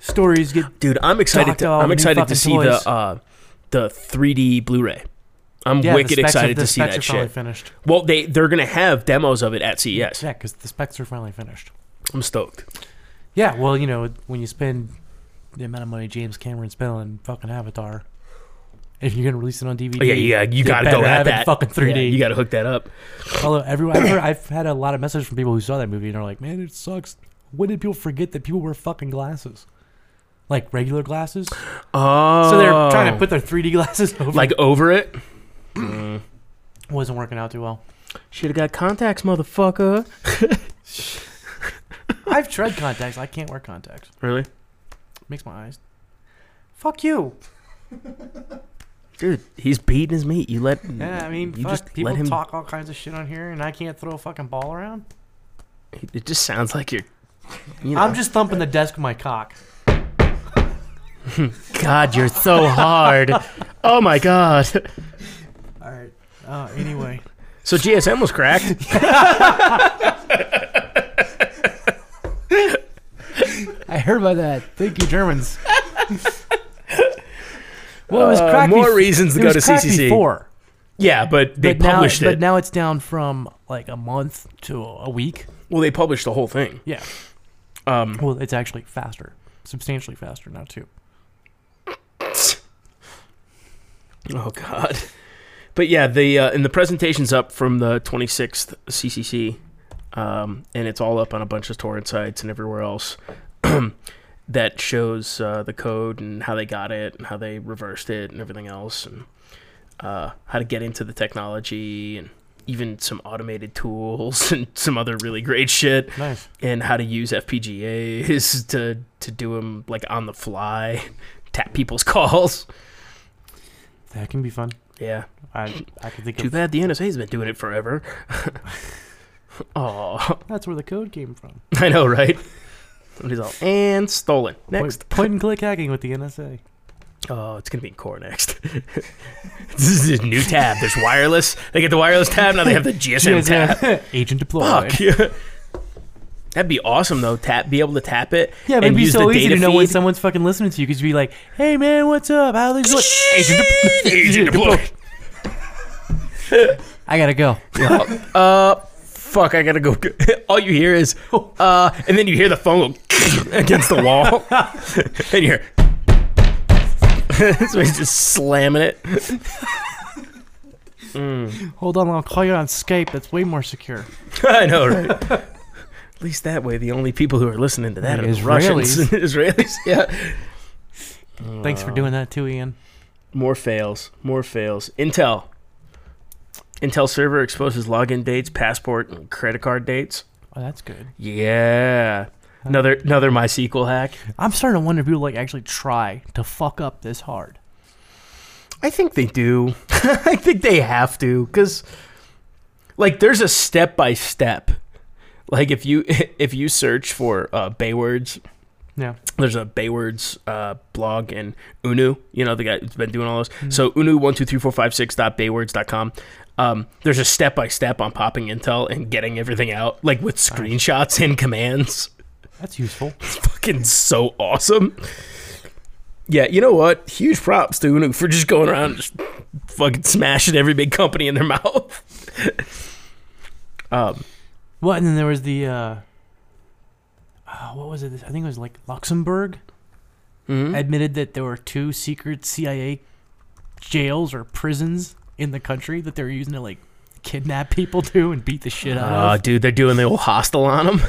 stories get dude i'm excited Talk to to all the i'm new excited fucking to see toys. the uh the 3d blu-ray i'm yeah, the wicked specs are- excited the to see specs that are finally shit finished. well they they're gonna have demos of it at ces Yeah, because the specs are finally finished. i'm stoked Yeah, well, you know, when you spend the amount of money James Cameron spent on fucking Avatar, if you're gonna release it on DVD, oh, yeah yeah you, gotta better go at have it that fucking 3D. Yeah, you gotta hook that up Although everyone, I've, heard, I've had a lot of messages from people who saw that movie and are like, "Man, it sucks." When did people forget that people wear fucking glasses, like regular glasses? oh So they're trying to put their 3D glasses [laughs] over. like over it wasn't working out too well. should have got contacts motherfucker I've tried contacts. I can't wear contacts. really makes my eyes. Fuck you. dude he's beating his meat you let Yeah, I mean, you fuck, just people let him talk all kinds of shit on here, and I can't throw a fucking ball around. it just sounds like you're you know, I'm just thumping the desk with my cock. god you're so [laughs] hard oh my god All right. Uh, anyway, So GSM was cracked. [laughs] I heard about that. Thank you, Germans. [laughs] well, it was Uh, cracked. more bef- reasons to it go was to cracked CCC. Before, Yeah, but they but now, published but it. now it's down from like a month to a week. well, they published the whole thing. Yeah. Um, Well, it's actually faster, substantially faster now too. oh God. But yeah, the uh, and the presentation's up from the 26th CCC, um, and it's all up on a bunch of torrent sites and everywhere else [clears throat] that shows uh, the code and how they got it and how they reversed it and everything else and uh, how to get into the technology and even some automated tools [laughs] and some other really great shit. Nice. and how to use FPGAs [laughs] to to do them like on the fly, [laughs] tap people's calls. That can be fun. Yeah, I I can think too of bad the NSA's been doing it forever. [laughs] Oh, that's where the code came from. [laughs] I know, right? Somebody's all and stolen. Point, Next, point and click hacking with the NSA. oh, it's gonna be in core next. [laughs] this is a new tab. There's wireless. They get the wireless tab now. They [laughs] have the GSM tab. uh, [laughs] Agent deployed. Fuck yeah. [laughs] That'd be awesome though. Tap, be able to tap it. Yeah, but and it'd be use so the easy to data know when feed. [laughs] someone's fucking listening to you because you'd be like, "Hey man, what's up? How things [laughs] going?" Agent deployed. Agent deployed. I gotta go. uh, fuck, I gotta go. [laughs] All you hear is, uh, and then you hear the phone go [laughs] against the wall, [laughs] and you hear. [laughs] so he's just slamming it. [laughs] [laughs] Hold on, I'll call you on Skype. That's way more secure. I know, right? At least that way, the only people who are listening to that The are the Russians, [laughs] Israelis. Yeah. Thanks for doing that too, Ian. More fails. More fails. Intel. Intel server exposes login dates, passport, and credit card dates. Oh, that's good. Yeah. Another another MySQL hack. I'm starting to wonder if people like actually try to fuck up this hard. I think they do. [laughs] I think they have to because, like, there's a step by step. Like if you [laughs] if you search for uh, Baywords, Yeah. there's a Baywords uh, blog and Unu, you know the guy who's been doing all those. So Unu one two three four five six dot Baywords.com. Um, there's a step by step on popping intel and getting everything out, like with screenshots and commands That's useful. fucking so awesome. Yeah, you know what? Huge props to Unu for just going around and just fucking smashing every big company in their [laughs] mouth. um, Well, and then there was the, uh, uh, what was it? I think it was like Luxembourg admitted that there were two secret CIA jails or prisons in the country that they were using to like kidnap people to and beat the shit out Ah, of. dude, they're doing the old hostel on them.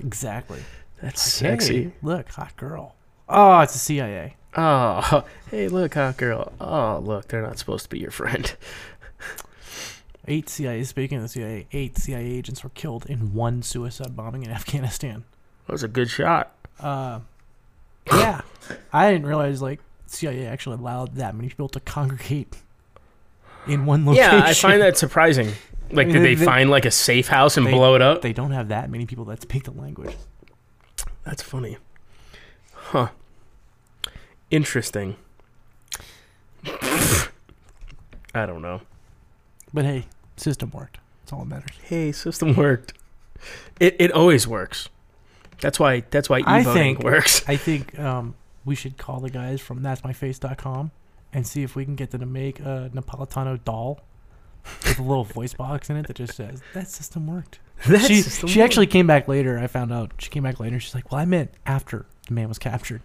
Exactly. That's Hey, sexy. look, hot girl. Oh, it's the CIA. Oh, [laughs] hey, look, hot girl. Oh, look, they're not supposed to be your friend. [laughs] Eight CIA, speaking of the CIA, eight CIA agents were killed in one suicide bombing in Afghanistan. That was a good shot. Uh, yeah, I didn't realize like CIA actually allowed that many people to congregate in one location. [laughs] Yeah, I find that surprising. Like, mean, did they- they, they- find like a safe house and they- blow it [laughs] up? they don't have that many people that speak the language. That's funny. Huh. Interesting. [laughs] I don't know. But hey, system worked. That's all that matters. Hey, system worked. It it always works. That's why that's why I e-voting think- works. [laughs] I think um, we should call the guys from that'smyface.com and see if we can get them to make a Napolitano doll with a little voice box in it that just says that system worked. That she system she worked. actually came back later. I found out she came back later. She's like, "Well, I meant after the man was captured.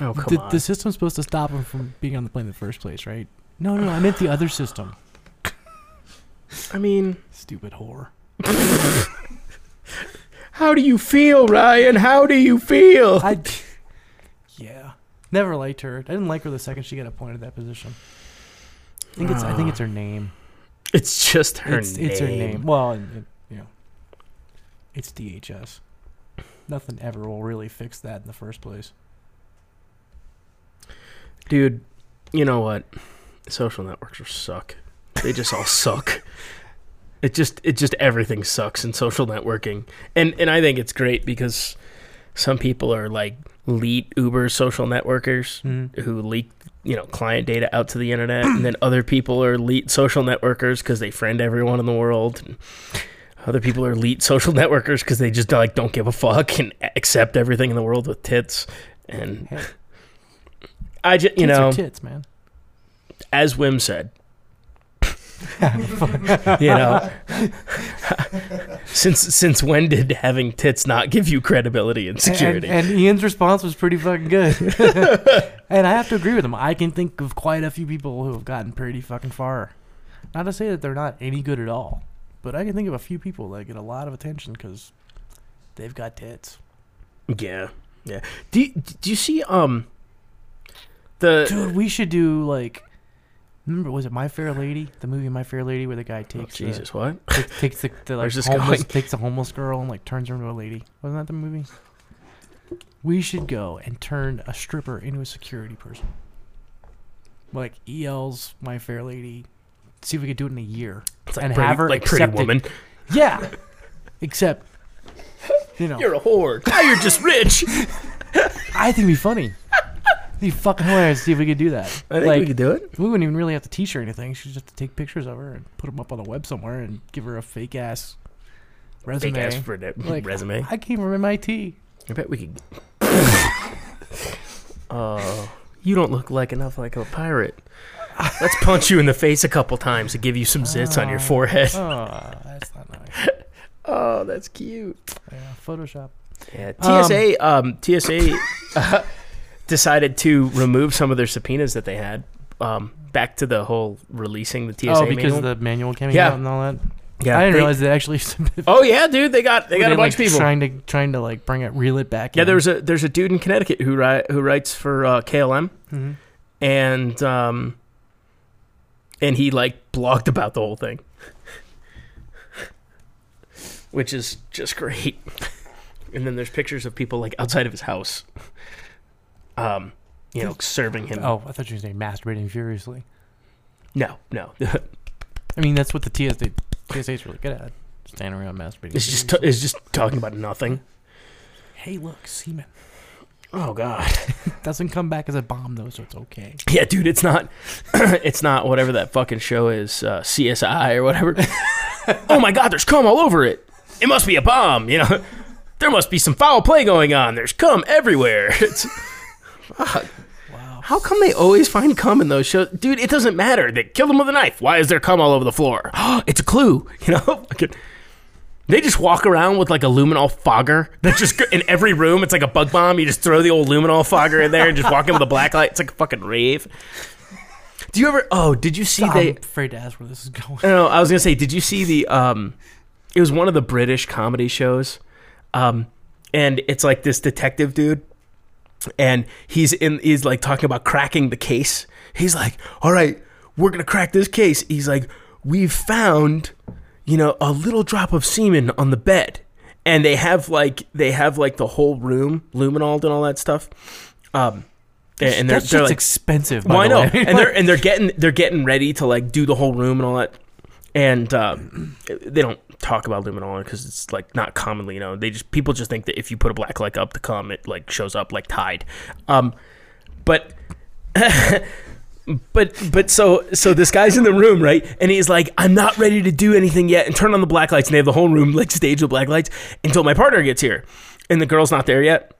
Oh come the, on. the system's supposed to stop him from being on the plane in the first place, right? No, no, I meant the other [sighs] system. I mean, Stupid whore. how do you feel, Ryan? How do you feel? [laughs] I, yeah, never liked her. I didn't like her the second she got appointed that position. I think it's I think it's her name. It's just [sighs] her it's, name. it's her name. Well, and, and, you know, it's DHS. Nothing ever will really fix that in the first place. Dude, you know what? Social networks are suck. They just all [laughs] suck. It just it just everything sucks in social networking. And and I think it's great because some people are like elite Uber social networkers who leak, you know, client data out to the internet and then other people are elite social networkers cuz they friend everyone in the world. And other people are elite social [laughs] networkers cuz they just like don't give a fuck and accept everything in the world with tits and Hey, I just, you tits are know, tits, man. as Wim said. [laughs] you know, [laughs] since since when did having tits not give you credibility and security? And, and Ian's response was pretty fucking [laughs] good. [laughs] and I have to agree with him. I can think of quite a few people who have gotten pretty fucking far. Not to say that they're not any good at all, but I can think of a few people that get a lot of attention because they've got tits. yeah, yeah. Do you, do you see um the Dude, we should do like. Remember, was it My Fair Lady? The movie My Fair Lady, where the guy oh, takes the, Jesus what? take- takes the, the like Where's this homeless, going? takes a homeless girl and like turns her into a lady. Wasn't that the movie? We should go and turn a stripper into a security person. Like EL's My Fair Lady. See if we could do it in a year. It's like and pretty, have her like pretty accept it. woman. Yeah. [laughs] Except you know You're a [laughs] whore. Now you're just rich. I think it'd be funny. It'd be fucking hilarious to see if we could do that. I think like, we could do it. we wouldn't even really have to teach her anything. She'd just have to take pictures of her and put them up on the web somewhere and give her a fake ass resume. Big ass for that Like, resume. I came from MIT. I bet we could. [laughs] Oh, you don't look like enough like a pirate. Let's punch you in the face a couple times to give you some zits on your forehead. Oh, that's not nice. Oh, that's cute. Yeah, Photoshop. Yeah, TSA, um, TSA uh, [laughs] decided to remove some of their subpoenas that they had. Um, back to the whole releasing the TSA oh, because manual. the manual came Yeah. out and all that. yeah, I didn't they- realize they actually [laughs] Oh yeah, dude, they got they got a like, bunch of people. trying to trying to like bring it reel it back. Yeah, in. there's a there's a dude in Connecticut who ri- who writes for uh, KLM, Mhm. and um, and he like blogged about the whole thing, [laughs] which is just great. [laughs] And then there's pictures of people like outside of his house, um, you know, serving him. Oh, I thought you were saying masturbating furiously. No, no, [laughs] I mean, that's what the TSA TSA's really good at. Standing around masturbating. it's just furiously. t- it's just talking about nothing. hey, look, semen Oh God, doesn't come back as a bomb though, so it's okay. [laughs] yeah, dude, it's not, [clears throat] it's not whatever that fucking show is, uh, CSI or [laughs] whatever. oh my God, there's cum all over it. It must be a bomb, you know. There must be some foul play going on. There's cum everywhere. [laughs] It's, Fuck. Wow. How come they always find cum in those shows? Dude, it doesn't matter. They killed him with a knife. Why is there cum all over the floor? [gasps] it's a clue, you know? [laughs] Fucking- They just walk around with like a luminol fogger that just go- in every room. It's like a bug bomb. You just throw the old luminol fogger in there and just walk in with a black light. It's like a fucking rave. Do you ever? Oh, did you see I'm they? afraid to ask where this is going. No, I was gonna say, did you see the? Um, it was one of the British comedy shows, um, and it's like this detective dude, and he's in he's like talking about cracking the case he's like all right we're gonna crack this case he's like we've found you know a little drop of semen on the bed and they have like they have like the whole room luminol and all that stuff um and, and they're, that they're shit's like expensive. By well, I the know, way. [laughs] and they're and they're getting they're getting ready to like do the whole room and all that, and um, they don't talk about luminol because it's like not commonly known. They just people just think that if you put a black light up, the cum it like shows up like Tide, um, but. [laughs] But but so so this guy's in the room right, and he's like, I'm not ready to do anything yet, and turn on the black lights, and they have the whole room like staged with black lights until my partner gets here, and the girl's not there yet,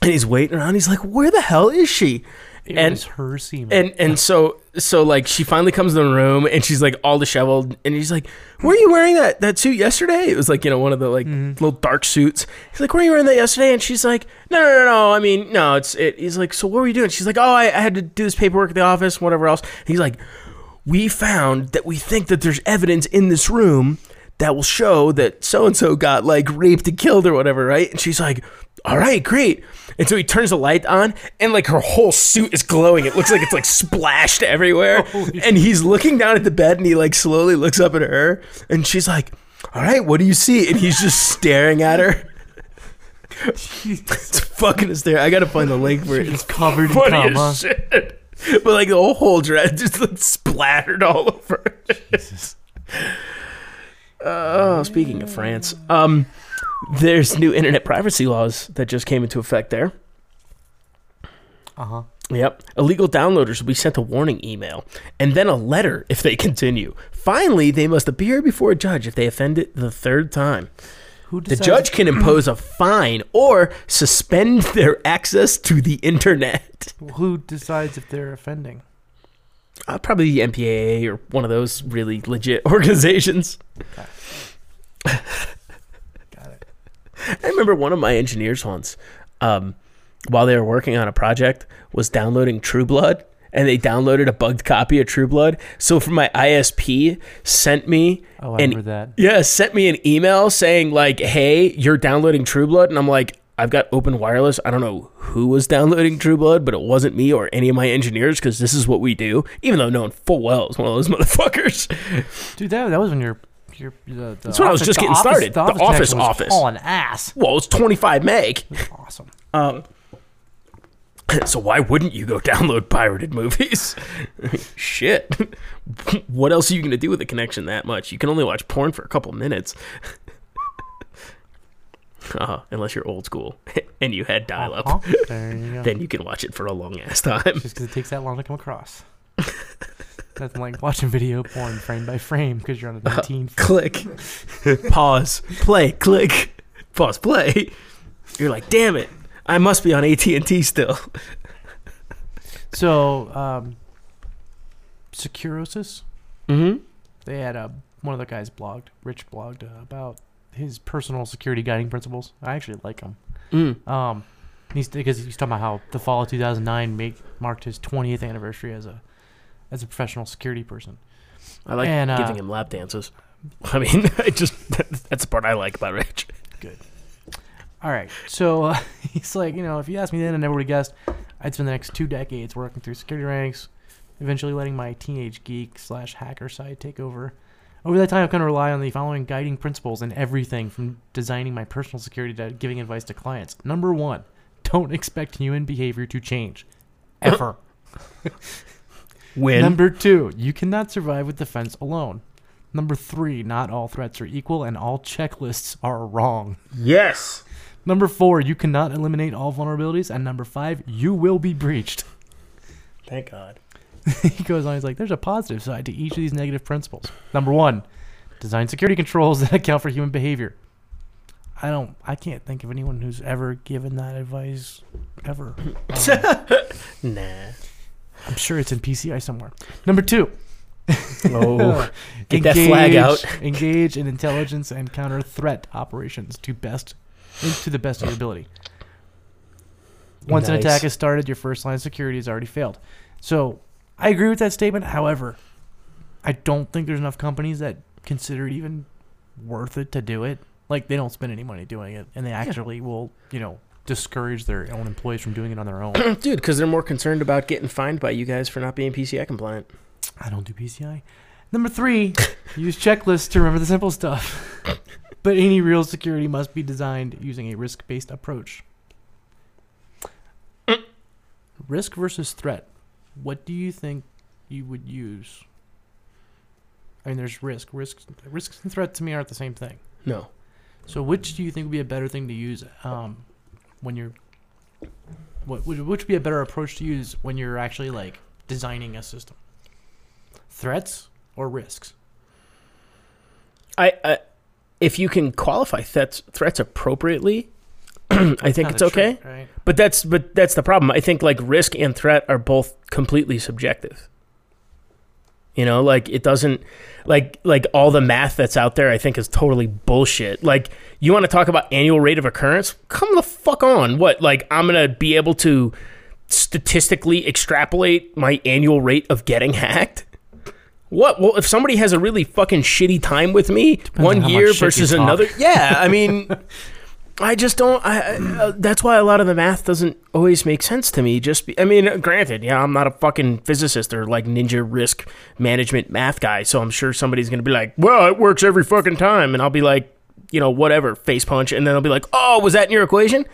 and he's waiting around. He's like, Where the hell is she? It and was her semen. and and so so like she finally comes in the room and she's like all disheveled and he's like, "Were you wearing that that suit yesterday?" It was like you know one of the like little dark suits. He's like, "Were you wearing that yesterday?" And she's like, "No, no, no, no. I mean, no. It's it." He's like, "So what were you doing?" She's like, "Oh, I, I had to do this paperwork at the office, whatever else." He's like, "We found that we think that there's evidence in this room that will show that so and so got like raped and killed or whatever, right?" And she's like. All right, great. And so he turns the light on, and like her whole suit is glowing. It looks like it's like splashed everywhere. And he's looking down at the bed, and he like slowly looks up at her, and she's like, "All right, what do you see?" And he's just staring at her. [laughs] it's fucking hysterical. I gotta find the link for it. it's covered in Funny cum. huh? as shit. But like the whole, whole dress just like splattered all over. Jesus. Oh, speaking of France, um, there's new internet privacy laws that just came into effect there. Uh huh. Yep. Illegal downloaders will be sent a warning email and then a letter if they continue. Finally, they must appear before a judge if they offend it the third time. Who The decides? judge can impose a fine or suspend [laughs] their access to the internet. Who decides if they're offending? Uh, probably the MPAA or one of those really legit [laughs] organizations. Got it. I remember one of my engineers once, um, while they were working on a project, was downloading True Blood, and they downloaded a bugged copy of True Blood. So from my ISP, sent me Oh, I And- remember that. yeah sent me an email saying like, "Hey, you're downloading True Blood," and I'm like. I've got open wireless. I don't know who was downloading True Blood, but it wasn't me or any of my engineers because this is what we do. Even though knowing full well is one of those [laughs] motherfuckers. Dude, that, that was when your your the, the That's when I was office- just the getting office- started. The The office, office connection was office. hauling ass. Well, it's 25 meg. [laughs] Awesome. Um, [clears throat] so why wouldn't you go [laughs] download pirated movies? [laughs] Shit. [laughs] what else are you going to do with a connection that much? You can only watch porn for a couple minutes. [laughs] uh, unless you're old school [laughs] and you had dial up. Uh-huh. There you go. Then you can watch it for a long ass [laughs] time. just because it takes that long to come [laughs] across. Nothing like watching video porn frame by frame because you're on [laughs] the 19th. click. Pause. Play. Click. Pause. Play. You're like, damn it. I must be on AT&T still. So, um, Securosis, Mm-hmm. they had a, one of the guys blogged, Rich blogged uh, about his personal security guiding principles. I actually like them. Mm. Um, he's because he's talking about how the fall of 2009 make, marked his 20th anniversary as a as a professional security person. I like And, uh, giving him lap dances. I mean, [laughs] I just that's the part I like about Rich. All right. So uh, [laughs] he's like, you know, if you asked me then, I never would have guessed. I'd spend the next two decades working through security ranks, eventually letting my teenage geek slash hacker side take over. Over that time, I've come to rely on the following guiding principles in everything from designing my personal security to giving advice to clients. Number one, don't expect human behavior to change. [laughs] Ever. When Number two, you cannot survive with defense alone. Number three, not all threats are equal and all checklists are wrong. yes, Number four, you cannot eliminate all vulnerabilities. And number five, you will be breached. [laughs] thank God. he goes on, he's like, there's a positive side to each of these negative principles. Number one, design security controls that [laughs] account for human behavior. I don't, I can't think of anyone who's ever given that advice ever. Um, Nah. I'm sure it's in PCI somewhere. Number two, [laughs] Oh, Get that flag out. [laughs] engage in intelligence and counter threat operations to best to the best of your ability. Once an Nice. attack is started, your first line of security has already failed. So I agree with that statement. However, I don't think there's enough companies that consider it even worth it to do it. Like they don't spend any money doing it, and they actually will, you know, discourage their own employees from doing it on their own. [laughs] Dude, because they're more concerned about getting fined by you guys for not being PCI compliant. I don't do PCI. Number three, use checklists to remember the simple stuff. but any real security must be designed using a risk based approach. risk versus threat. What do you think you would use? I mean, there's risk. Risks, risks and threat to me aren't the same thing. No. So, which do you think would be a better thing to use um, when you're? What would which would be a better approach to use when you're actually like designing a system? Threats or risks? I, I if you can qualify threats threats appropriately, [clears throat] I think Kinda it's okay. trick, right? But that's but that's the problem. I think like risk and threat are both completely subjective. You know, like it doesn't like like all the math that's out there I think is totally bullshit. Like you want to talk about annual rate of occurrence? Come the fuck on. What? Like I'm going to be able to statistically extrapolate my annual rate of getting hacked? What? Well, if somebody has a really fucking shitty time with me on one how year much shit you versus talk. another, yeah, I mean I just don't. I, I uh, that's why a lot of the math doesn't always make sense to me. Just be, I mean, uh, granted, yeah, I'm not a fucking physicist or like ninja risk management math guy, so I'm sure somebody's gonna be like, "Well, it works every fucking time," and I'll be like, you know, whatever, face punch, and then I'll be like, "Oh, was that in your equation?"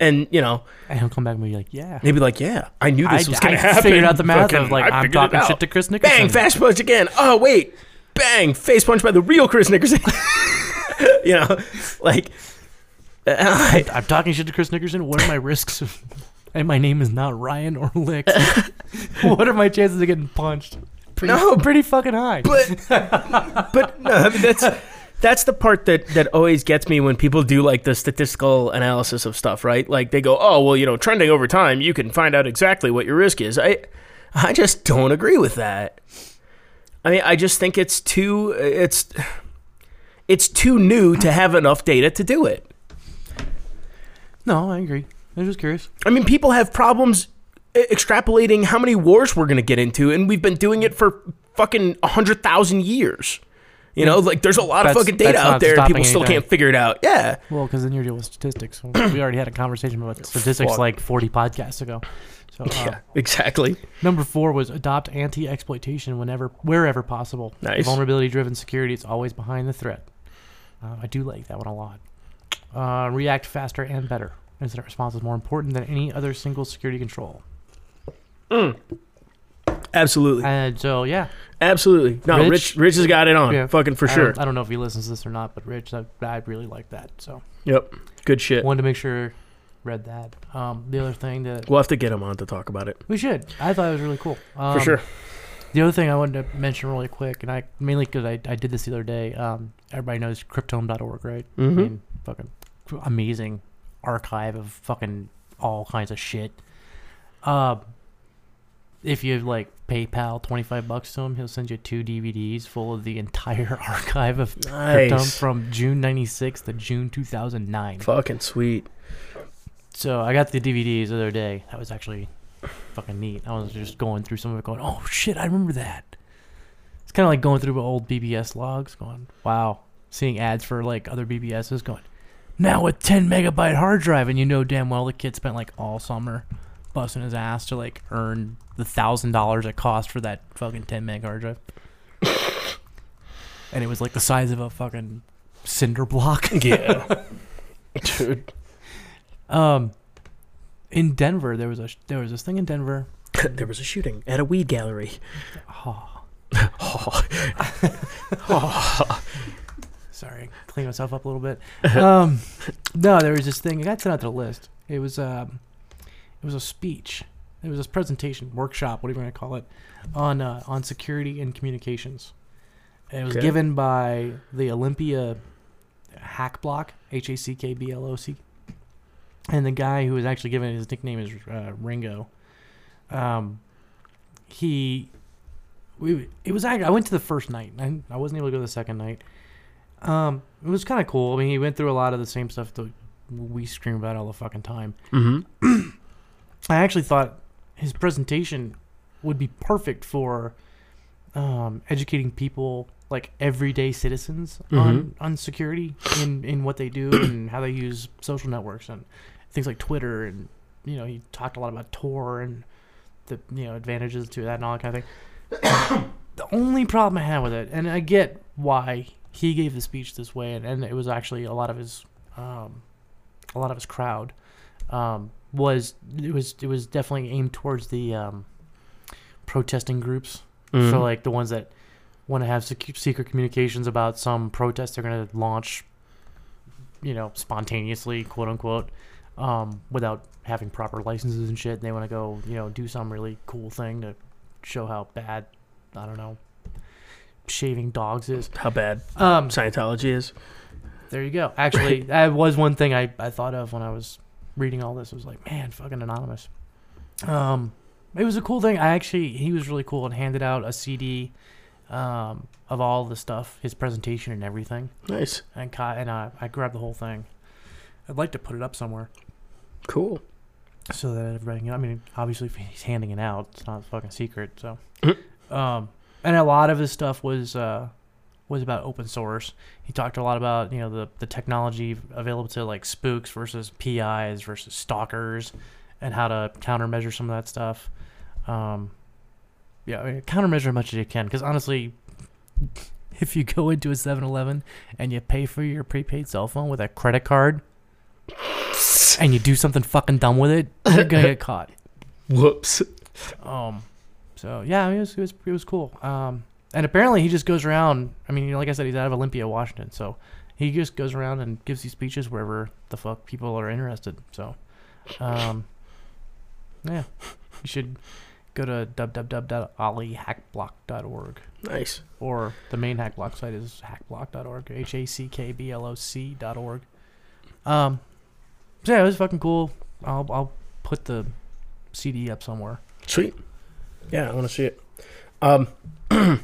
And you know, And he'll come back and be like, "Yeah, they'd be like, "Yeah, I knew this I, was gonna I happen." figured out the math Fucking- of like I I'm figured it talking out. shit to Chris Nickerson." Bang! Fast punch again. Oh wait, bang! Face punch by the real Chris Nickerson. [laughs] you know, like. [laughs] I- I'm talking shit to Chris Nickerson. What are my risks? [laughs] and my name is not Ryan or Lick. [laughs] what are my chances of getting punched? Pretty, No. pretty fucking high. but but no, I mean that's that's the part that that always gets me when people do like the statistical analysis of stuff, right? Like they go, "Oh, well, you know, trending over time, you can find out exactly what your risk is." I I just don't agree with that. I mean, I just think it's too it's it's too new to have enough data to do it. no, I agree. I'm just curious. I mean, people have problems e- extrapolating how many wars we're going to get into, and we've been doing it for fucking 100,000 years. You know, like there's a lot of That's- fucking data that's out not there, and stopping people still anything. can't figure it out. Yeah. Well, because then you're dealing with [clears throat] statistics. we already had a conversation about statistics Fuck. like 40 podcasts ago. So, uh, Yeah, exactly. number four was adopt anti-exploitation whenever, wherever possible. Nice. Vulnerability-driven security is always behind the threat. Uh, I do like that one a lot. Uh, react faster and better. Incident response is more important than any other single security control. Absolutely. And so, yeah, Absolutely. No, Rich? Rich Rich has got it on. Yeah. Fucking for I sure. don't- I don't know if he listens to this or not, but Rich, I, I really like that. So, Yep. Good shit. wanted to make sure read that. Um, the other thing that We'll have to get him on to talk about it. we should, I thought it was really cool. Um, For sure. The other thing I wanted to mention really quick, and I mainly because I, I did this the other day. Um, everybody knows cryptome.org, right? Mhm. I mean, fucking amazing archive of fucking all kinds of shit. Um, if you like PayPal twenty five bucks to him, he'll send you two DVDs full of the entire [laughs] archive of Nice. Cryptome from June '96 to June 2009. [laughs] Fucking sweet. So I got the DVDs the other day. That was actually fucking neat. I was just going through some of it, going, "Oh shit, I remember that." It's kind of like going through old BBS logs, going, "Wow," seeing ads for like other BBSs, going, "Now with 10 megabyte hard drive," and you know damn well the kid spent like all summer busting his ass to like earn the thousand dollars it cost for that fucking 10 meg hard drive. and it was like the size of a fucking cinder block. Yeah. [laughs] Dude. Um, in Denver, there was a there was this thing in Denver. There was a shooting at a weed [laughs] gallery. [laughs] Oh, sorry, clean myself up a little bit. Um, no, there was this thing. I got sent out to the list. It was um, it was a speech. It was this presentation, workshop, whatever you want to call it, on uh, on security and communications. And it was Okay. given by the Olympia Hack Block, H A C K B L O C, and the guy who was actually given it, his nickname is uh, Ringo. Um, he, we, it was act- I went to the first night. and I, I wasn't able to go to the second night. Um, it was kind of cool. I mean, he went through a lot of the same stuff that we scream about all the fucking time. Mm-hmm. I actually thought his presentation would be perfect for um, educating people, like everyday citizens, on on security in in what they do and how they use social networks and things like Twitter, and you know, he talked a lot about Tor and the you know advantages to that and all that kind of thing. [coughs] the only problem I had with it, and I get why he gave the speech this way, and, and it was actually a lot of his, um, a lot of his crowd, um, was it was it was definitely aimed towards the um, protesting groups. Mhm. So like the ones that want to have sec- secret communications about some protest they're going to launch, you know, spontaneously, quote unquote, um, without having proper licenses and shit. And they want to go, you know, do some really cool thing to show how bad, I don't know, shaving dogs is. how bad Um, Scientology is. there you go. Actually, that was one thing I, I thought of when I was reading all this. I was like, man, fucking anonymous. Um, it was a cool thing. I actually he was really cool and handed out a CD um, of all the stuff, his presentation and everything. Nice, And Ka- and I, I grabbed the whole thing. I'd like to put it up somewhere cool. so that everybody can. I mean, obviously, if he's handing it out, it's not a fucking secret. So, um, and a lot of his stuff was uh, was about open source. He talked a lot about you know the the technology available to like spooks versus PIs versus stalkers, and how to countermeasure some of that stuff. Um, yeah, I mean, countermeasure as much as you can, because honestly. [laughs] If you go into a 7-Eleven and you pay for your prepaid cell phone with a credit card, and you do something fucking dumb with it, you're gonna get caught. Whoops. Um, so yeah, I mean, it was, it was it was cool. Um, and apparently he just goes around. I mean, you know, like I said, he's out of Olympia, Washington, so he just goes around and gives these speeches wherever the fuck people are interested. So, um, [laughs] yeah, you should go to www.olliehackblock.org Nice. or the main hackblock site is hackblock.org, h a c k b l o c dot org. Um, so yeah, it was fucking cool. I'll I'll put the CD up somewhere. Sweet. Yeah, I want to see it. Um, [clears throat]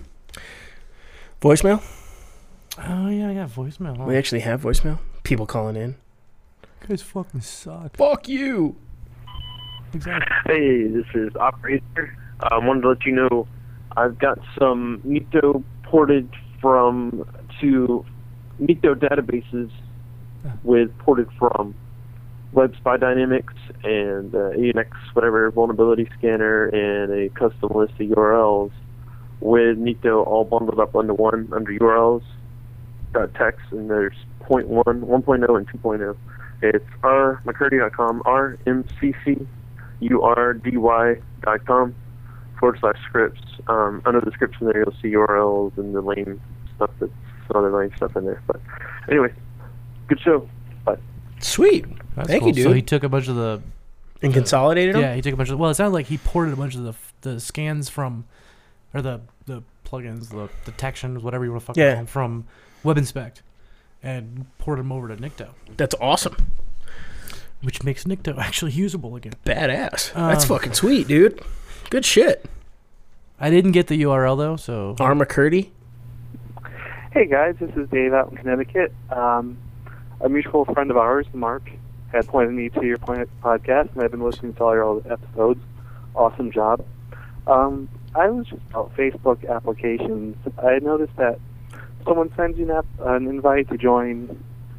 voicemail. Oh yeah, I got voicemail. We actually have voicemail. People calling in. guys fucking suck. Fuck you. Exactly. Hey, this is Operator. I wanted to let you know I've got some Mito ported from to Mito databases with ported from WebSpy Dynamics and uh, Unix, whatever vulnerability scanner, and a custom list of URLs with Mito all bundled up under one under URLs dot text, and there's point one, 1.0, and 2.0. It's rmccurdy.com, rmcc urdy.com forward slash scripts. Um, under the scripts in there, you'll see URLs and the lame stuff that's some other lame stuff in there. But anyway, good show. Bye. Sweet. That's Thank cool. you, dude. So he took a bunch of the and consolidated them. yeah, he took a bunch of well, it sounded like he ported a bunch of the the scans from or the the plugins, the detections, whatever you want to fucking Yeah. call 'em, from WebInspect and ported them over to Nikto, That's awesome. which makes Nikto [laughs] actually usable again. Badass. That's Um, fucking sweet, dude. Good shit. I didn't get the URL though, so Arma Curdy. Hey guys, this is Dave out in Connecticut. Um, a mutual friend of ours, Mark, had pointed me to your point- podcast, and I've been listening to all your old episodes. Awesome job. Um, I was just about Facebook applications. I noticed that someone sends you an, app- an invite to join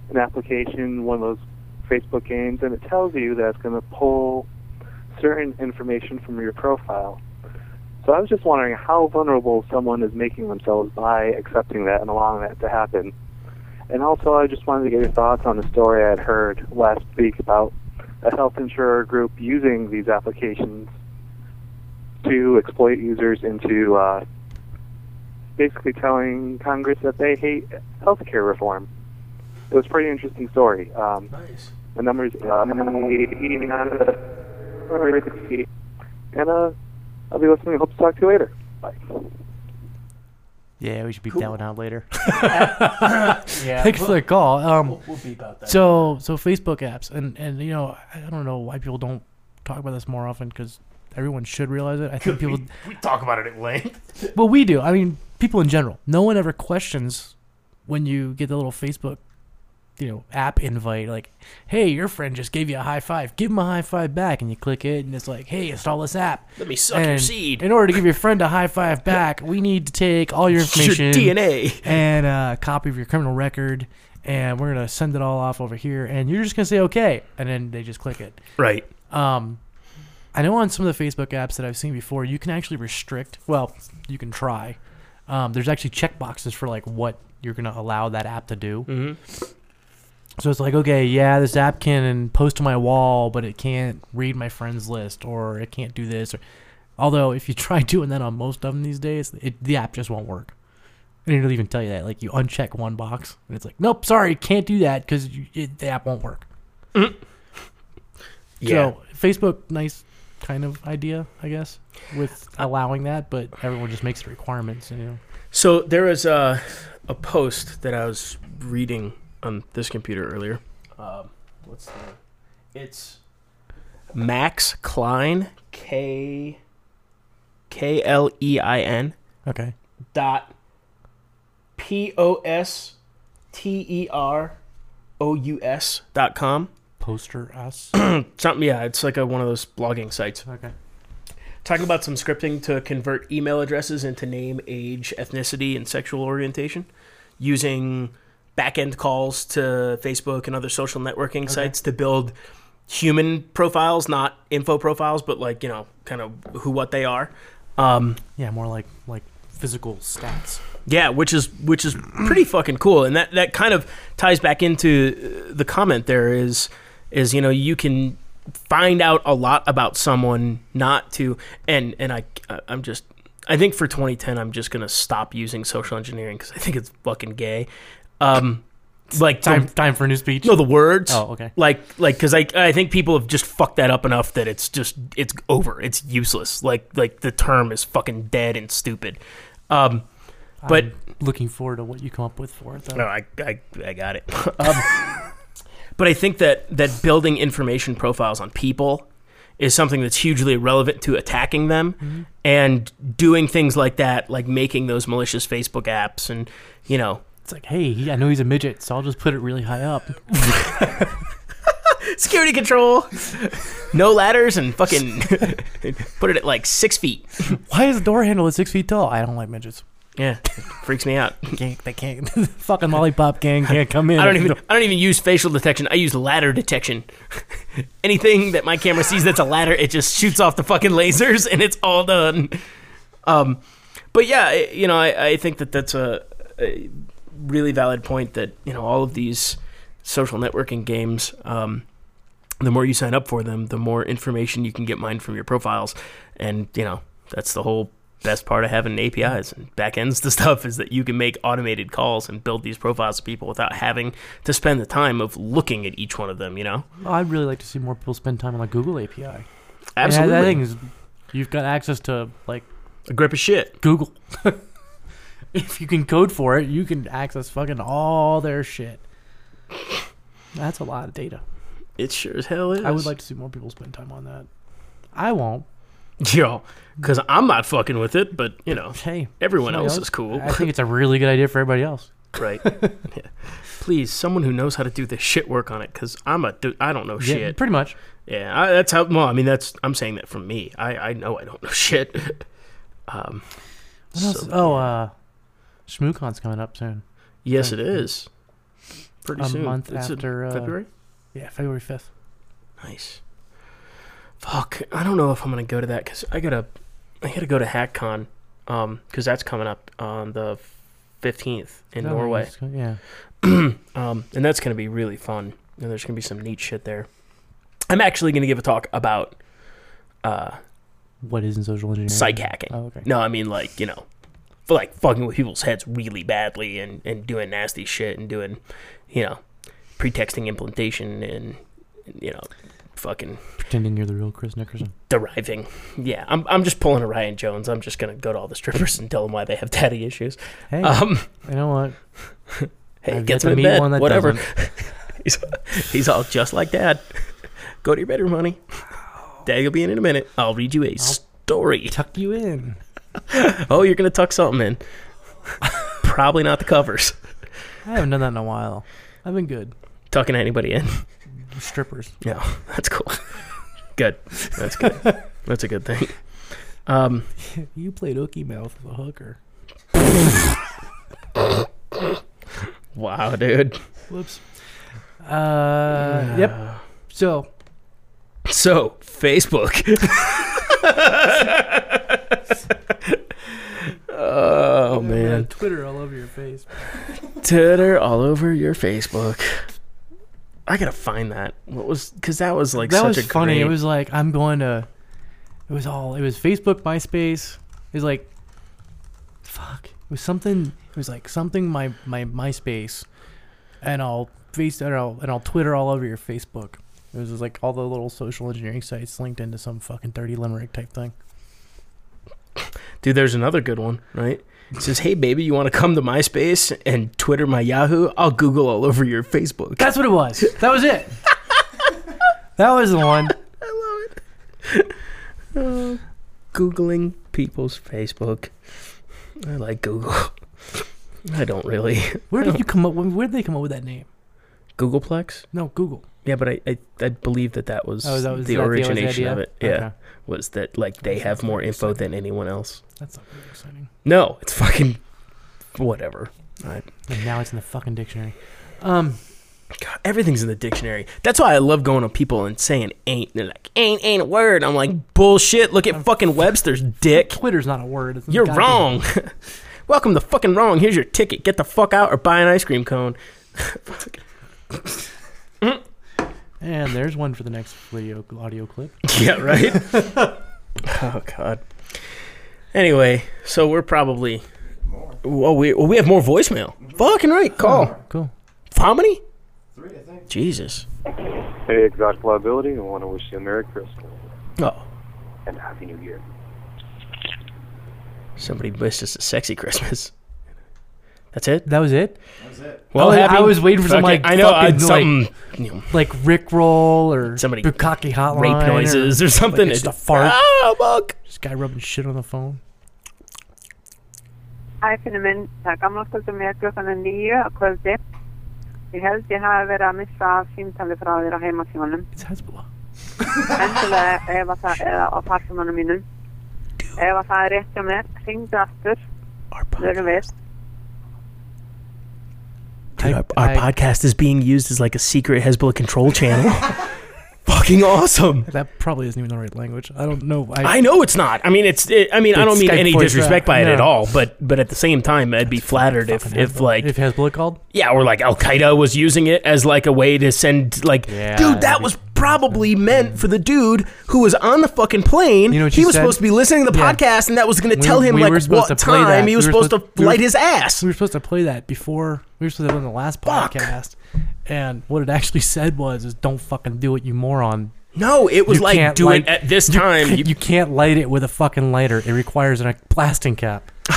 an application, one of those Facebook games, and it tells you that it's going to pull certain information from your profile. So I was just wondering how vulnerable someone is making themselves by accepting that and allowing that to happen. And also, I just wanted to get your thoughts on the story I had heard last week about a health insurer group using these applications to exploit users into uh, basically telling Congress that they hate healthcare reform. It was a pretty interesting story. Um, Nice. the numbers uh, and uh, I'll be listening. Hope to talk to you later. Bye. yeah, we should beat Cool. that one out [laughs] later. yeah, thanks for the call. Um, We'll be about that. So so Facebook apps and and you know I I don't know why people don't talk about this more often because everyone should realize it. I think people we talk about it at length. well we do. I mean people in general. No one ever questions when you get the little Facebook you know app invite like hey your friend just gave you a high five give him a high five back and you click it and it's like hey install this app Let me suck your and seed. in order to give your friend a high five back we need to take all your your information DNA. and uh, a copy of your criminal record and we're gonna send it all off over here, and you're just gonna say okay, and then they just click it. Right. Um, I know on some of the Facebook apps that I've seen before, you can actually restrict. Well, you can try. Um, there's actually checkboxes for like what you're gonna allow that app to do. Mm-hmm. So it's like, okay, yeah, this app can post to my wall, but it can't read my friends list, or it can't do this. Or, although, if you [laughs] try doing that on most of them these days, it, the app just won't work. And it'll even tell you that, like, you uncheck one box, and it's like, nope, sorry, can't do that because the app won't work. Yeah. So Facebook, nice kind of idea, I guess, with allowing that, but everyone just makes the requirements, you know. So there was a, a post that I was reading on this computer earlier. Um, what's the? It's Max Klein K K L E I N Okay. dot P O S T E R O U S dot com. Poster [coughs] us. Something, yeah, it's like a, one of those blogging sites. okay. Talking about some scripting to convert email addresses into name, age, ethnicity, and sexual orientation using back-end calls to Facebook and other social networking sites to build human profiles, not info profiles, but like, you know, kind of who what they are. Um, Yeah, more like like physical stats. yeah, which is which is pretty fucking cool, and that that kind of ties back into uh, the comment there is is you know you can find out a lot about someone not to and and I I- I'm just I think for 2010 I'm just gonna stop using social engineering because I think it's fucking gay. Um, like Time the, time for a new speech. no the words Oh, okay. like like because I I think people have just fucked that up enough that it's just it's over it's useless like like the term is fucking dead and stupid. Um, But- I'm looking forward to what you come up with for it. Though. No, I, I, I got [laughs] it. um, but I think that, that building information profiles on people is something that's hugely relevant to attacking them and doing things like that, like making those malicious Facebook apps and, you know, It's like, hey, he, I know he's a midget, so I'll just put it really high [laughs] up. security control, no ladders, and fucking [laughs] put it at like six feet. Why is the door handle at six feet tall? I don't like midgets. Yeah, freaks me out. Can't, they can't. [laughs] fucking lollipop gang [laughs] can't come in. I don't even I don't even use facial detection. I use ladder detection. [laughs] Anything that my camera sees that's a ladder, it just shoots off the fucking lasers and it's all done. Um, but yeah, I, you know, I, I think that that's a, a really valid point that you know all of these social networking games. Um, the more you sign up for them, the more information you can get mined from your profiles, and you know that's the whole best part of having APIs and backends to [laughs] stuff is that you can make automated calls and build these profiles of people without having to spend the time of looking at each one of them. You know, [laughs] I'd really like to see more people spend time on the Google API. Yeah, absolutely, that thing is, you've got access to like a grip of shit. Google. [laughs] if you can code for it, you can access fucking all their shit. That's a lot of data. It sure as hell is. I would [laughs] like to see more people spend time on that. I won't. yo, because I'm not fucking with it, but you know, Hey, everyone somebody else is cool, [laughs] I think it's a really good idea for everybody else. [laughs] right? Yeah. Please, someone who knows how to do this shit work on it, because I'm a dude. I don't know Yeah, [laughs] shit. pretty much. Yeah, I, that's how. Well, I mean, that's I'm saying that from me. I I know I don't know [laughs] shit. um, What else? so- oh, uh, ShmooCon's coming up soon. yes, it is. Pretty A soon, month It's in after, uh, February. Yeah, February fifth. Nice. Fuck, I don't know if I'm gonna go to that because I gotta, I gotta go to HackCon, um, because that's coming up on the fifteenth in Norway, Oh, Yeah. [clears throat] um, and that's gonna be really fun. And there's gonna be some neat shit there. I'm actually gonna give a talk about, uh, What is in social engineering? psych hacking. Oh, okay. No, I mean like you know, for like fucking with people's heads really badly and and doing nasty shit and doing, you know, pretexting implementation and you know, fucking Pretending you're the real Chris Nickerson. deriving. Yeah, I'm I'm just pulling a Ryan Jones. I'm just gonna go to all the strippers and tell them why they have daddy issues. [laughs] Hey, Um, you know what? hey, I've get yet them in bed. Whatever. doesn't. He's [laughs] he's all just like dad. go to your bedroom, honey. Daddy will be in in a minute. I'll read you a story. tuck you in. Oh, you're gonna tuck something [laughs] in. Probably not the covers. I haven't done that in a while. I've been good. Tucking [laughs] anybody in. [laughs] Strippers. No, that's [laughs] cool. good. That's good. That's a good thing. Um, You played Ookie Mouth with a hooker. Wow, dude. Whoops. Uh, yep. So So, [laughs] Facebook. oh, uh, man. Twitter all over your face. Twitter all over your Facebook. I gotta find that. What was because that was like that such was a funny. Great, It was like I'm going to. It was all. It was Facebook, MySpace. It was like, fuck. It was something. It was like something. My my MySpace, and I'll face and I'll and I'll Twitter all over your Facebook. It was just like all the little social engineering sites linked into some fucking dirty limerick type thing. dude. There's another good one, right? It says, "Hey baby, you want to come to MySpace and Twitter my Yahoo? I'll Google all over your Facebook." That's what it was. That was it. [laughs] that was the one. Googling people's Facebook. I like Google. I don't really Where did you come up? Where did they come up with that name? Googleplex. No, Google. Yeah, but I, I I believe that that was, Oh, that was the that- that was the origination of idea? it. Yeah, Okay. was that like they have more info than anyone else? That's not very exciting. No, it's fucking whatever. I, And now it's in the fucking dictionary. Um. God, everything's in the dictionary. That's why I love going to people and saying ain't. They're like ain't ain't a word. I'm like bullshit. Look at fucking [laughs] Webster's dick. Twitter's not a word. It's a You're goddamn- wrong. [laughs] Welcome to fucking wrong. Here's your ticket. Get the fuck out or buy an ice cream cone. And there's one for the next video audio clip. [laughs] yeah, right. oh god. Anyway, so we're probably. Well, we well, we have more voicemail. Fucking right. Call. Cool. How many? Three, I think. Jesus. Hey, Exotic Liability. I want to wish you a Merry Christmas Oh, and Happy New Year. somebody missed us a sexy Christmas. That's it. Oh, That was it. Well, I was- I was waiting for some, fucking- like, I know fucking, I'd something you know, Like Rick Roll or Somebody- Bukaki Hotline. rape or noises or something. like it's the fart. Oh, fuck. This guy rubbing shit on the phone. Hi, Finneman. Välkomna till Symmetriken Miljökvällen. I hälsar här över missa simtalet från era hemmasionen. It's Hezbollah. Angela er var það eða á partumannu mínum. Ef að það er rétt hjá mér, hringdu aftur, Our, pod- verum við. dude, our, our I- podcast is being used as like a secret Hezbollah control channel. [laughs] Fucking awesome. That probably isn't even the right language. I don't know. I, I know it's not. I mean, it's. It, I mean, I It's don't mean Skype any voice disrespect by it chat. at No. all. But but at the same time, I'd be flattered if Fucking if Hezbollah. like if Hezbollah called. yeah, or like Al Qaeda was using it as like a way to send like Yeah, dude, that that'd was probably meant for the dude who was on the fucking plane. You know what he you was said? supposed to be listening to the Yeah. podcast, and that was going to We- tell him we like were supposed what to play time that. he We was were supposed, supposed- to we were- light his ass. We were supposed to play that before. We were supposed to do it on the last Fuck. podcast. And what it actually said was, "Is don't fucking do it, you moron. No, it was You like can't do light- it at this time, You can't light it with a fucking lighter. It requires a blasting cap." [sighs]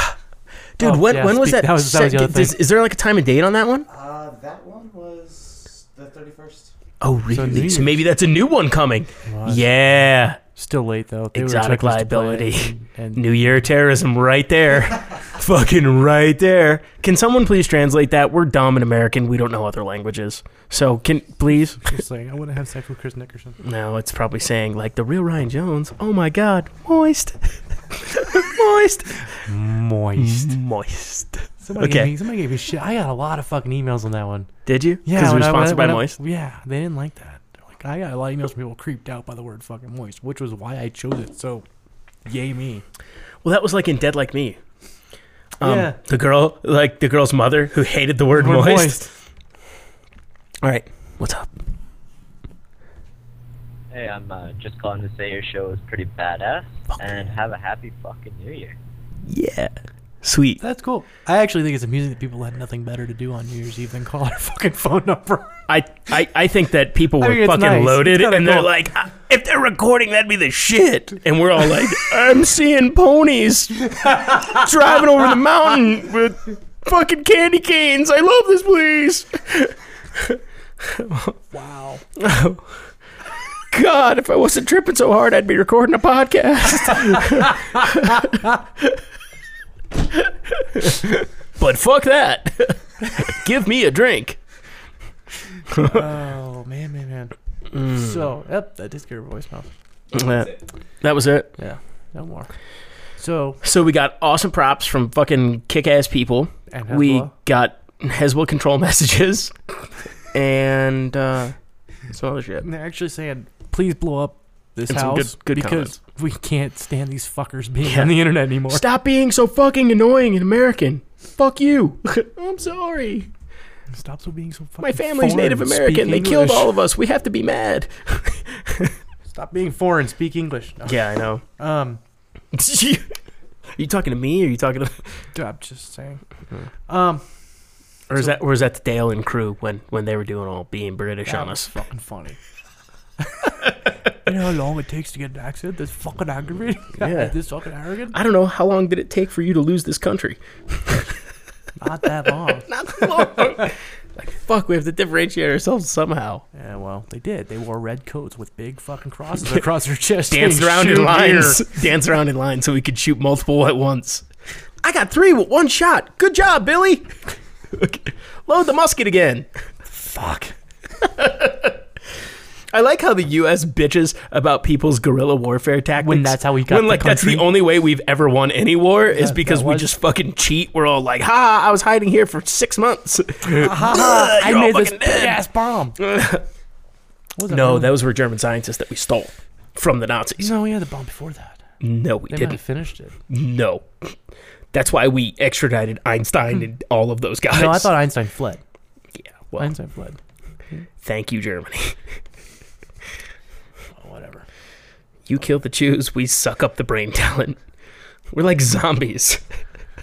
dude. oh, when yeah, when was speak- that? that was- that was the other does- thing. is there like a time and date on that one? Uh, that one was the 31st. Oh, New really? Year's. So maybe that's a new one coming. Right. Yeah. Still late though. They were Exotic expecting us to play liability. it And, and New Year terrorism right [laughs] there. Fucking right there. Can someone please translate that? We're dumb in American. We don't know other languages. So can please? just like, I want to have sex with Chris Nickerson. No, it's probably saying like the real Ryan Jones. Oh my god. Moist. [laughs] Moist. Moist. Moist. Mm-hmm. Somebody, Okay. gave me, somebody gave me shit. I got a lot of fucking emails on that one. Did you? Yeah, Because it when I- when was I- sponsored by when I- Moist. Yeah, they didn't like that. They're Like I got a lot of emails from people creeped out by the word fucking moist, which was why I chose it. So, yay me. Well, that was like in Dead Like Me. Um, Yeah. The girl, like the girl's mother, who hated the word We're moist. All right. What's up? Hey, I'm uh, just calling to say your show is pretty badass, and have a happy fucking New Year. Yeah. Sweet. That's cool. I actually think it's amusing that people had nothing better to do on New Year's Eve than call our fucking phone number. [laughs] I, I, I think that people were I mean, it's fucking nice. loaded It's and kinda they're cool. like, "Ah, if they're recording, that'd be the shit. And we're all like, I'm [laughs] seeing ponies driving over the mountain with fucking candy canes. I love this place. Wow. [laughs] God, if I wasn't tripping so hard, I'd be recording [laughs] a podcast. [laughs] but fuck that. [laughs] Give me a drink. Oh man, man, [clears throat] man. Mm. So, yep, that did get your voicemail. That, that was it. Yeah, no more. So, So we got awesome props from fucking kick ass people. and we Hezbollah. got Hezbollah control [laughs] messages, and uh, some other shit. And they're actually saying, please blow up this And some house good- good because we can't stand these fuckers being Yeah. on the internet anymore. Stop being so fucking annoying and American. Fuck you. [laughs] I'm sorry. Stop so being so fucking My family's foreign. Native Speak American. They English. killed all of us. We have to be [laughs] mad. Stop being foreign. Speak English. No. Yeah, I know. Um, are [laughs] you talking to me? Or are you talking to? I'm just saying. Mm-hmm. Um, Or is that? Or is that the Dale and crew when when they were doing all being British that on was us? fucking funny. [laughs] you know how long it takes to get an accent? That's fucking aggravating. Yeah. [laughs] this fucking arrogant. I don't know. How long did it take for you to lose this country? Not that long. Not that long. [laughs] like fuck, we have to differentiate ourselves somehow. yeah, well, they did. They wore red coats with big fucking [laughs] crosses across their chest. Dance saying, around "Shoot in here." lines. [laughs] [laughs] Dance around in line so we could shoot multiple at once. I got three with one shot. Good job, Billy. Okay. [laughs] Load the musket again. Fuck. [laughs] I like how the U.S. bitches about people's guerrilla warfare tactics. When that's how we got When the like that's the country. only way we've ever won any war is that because we was- just fucking cheat. We're all like, "Ha! I was hiding here for six months." [laughs] Ha, Uh-huh. I You're all made this fucking big dead. ass [laughs] bomb. Was it No, really- those were German scientists that we stole from the Nazis. No, we had the bomb before that. No, we They might didn't. have finished it. No. That's why we extradited Einstein and all of those guys. No, I thought Einstein fled. Yeah, well, Einstein fled. thank you, Germany. Oh, whatever. You kill the Jews, we suck up the brain talent. We're like zombies.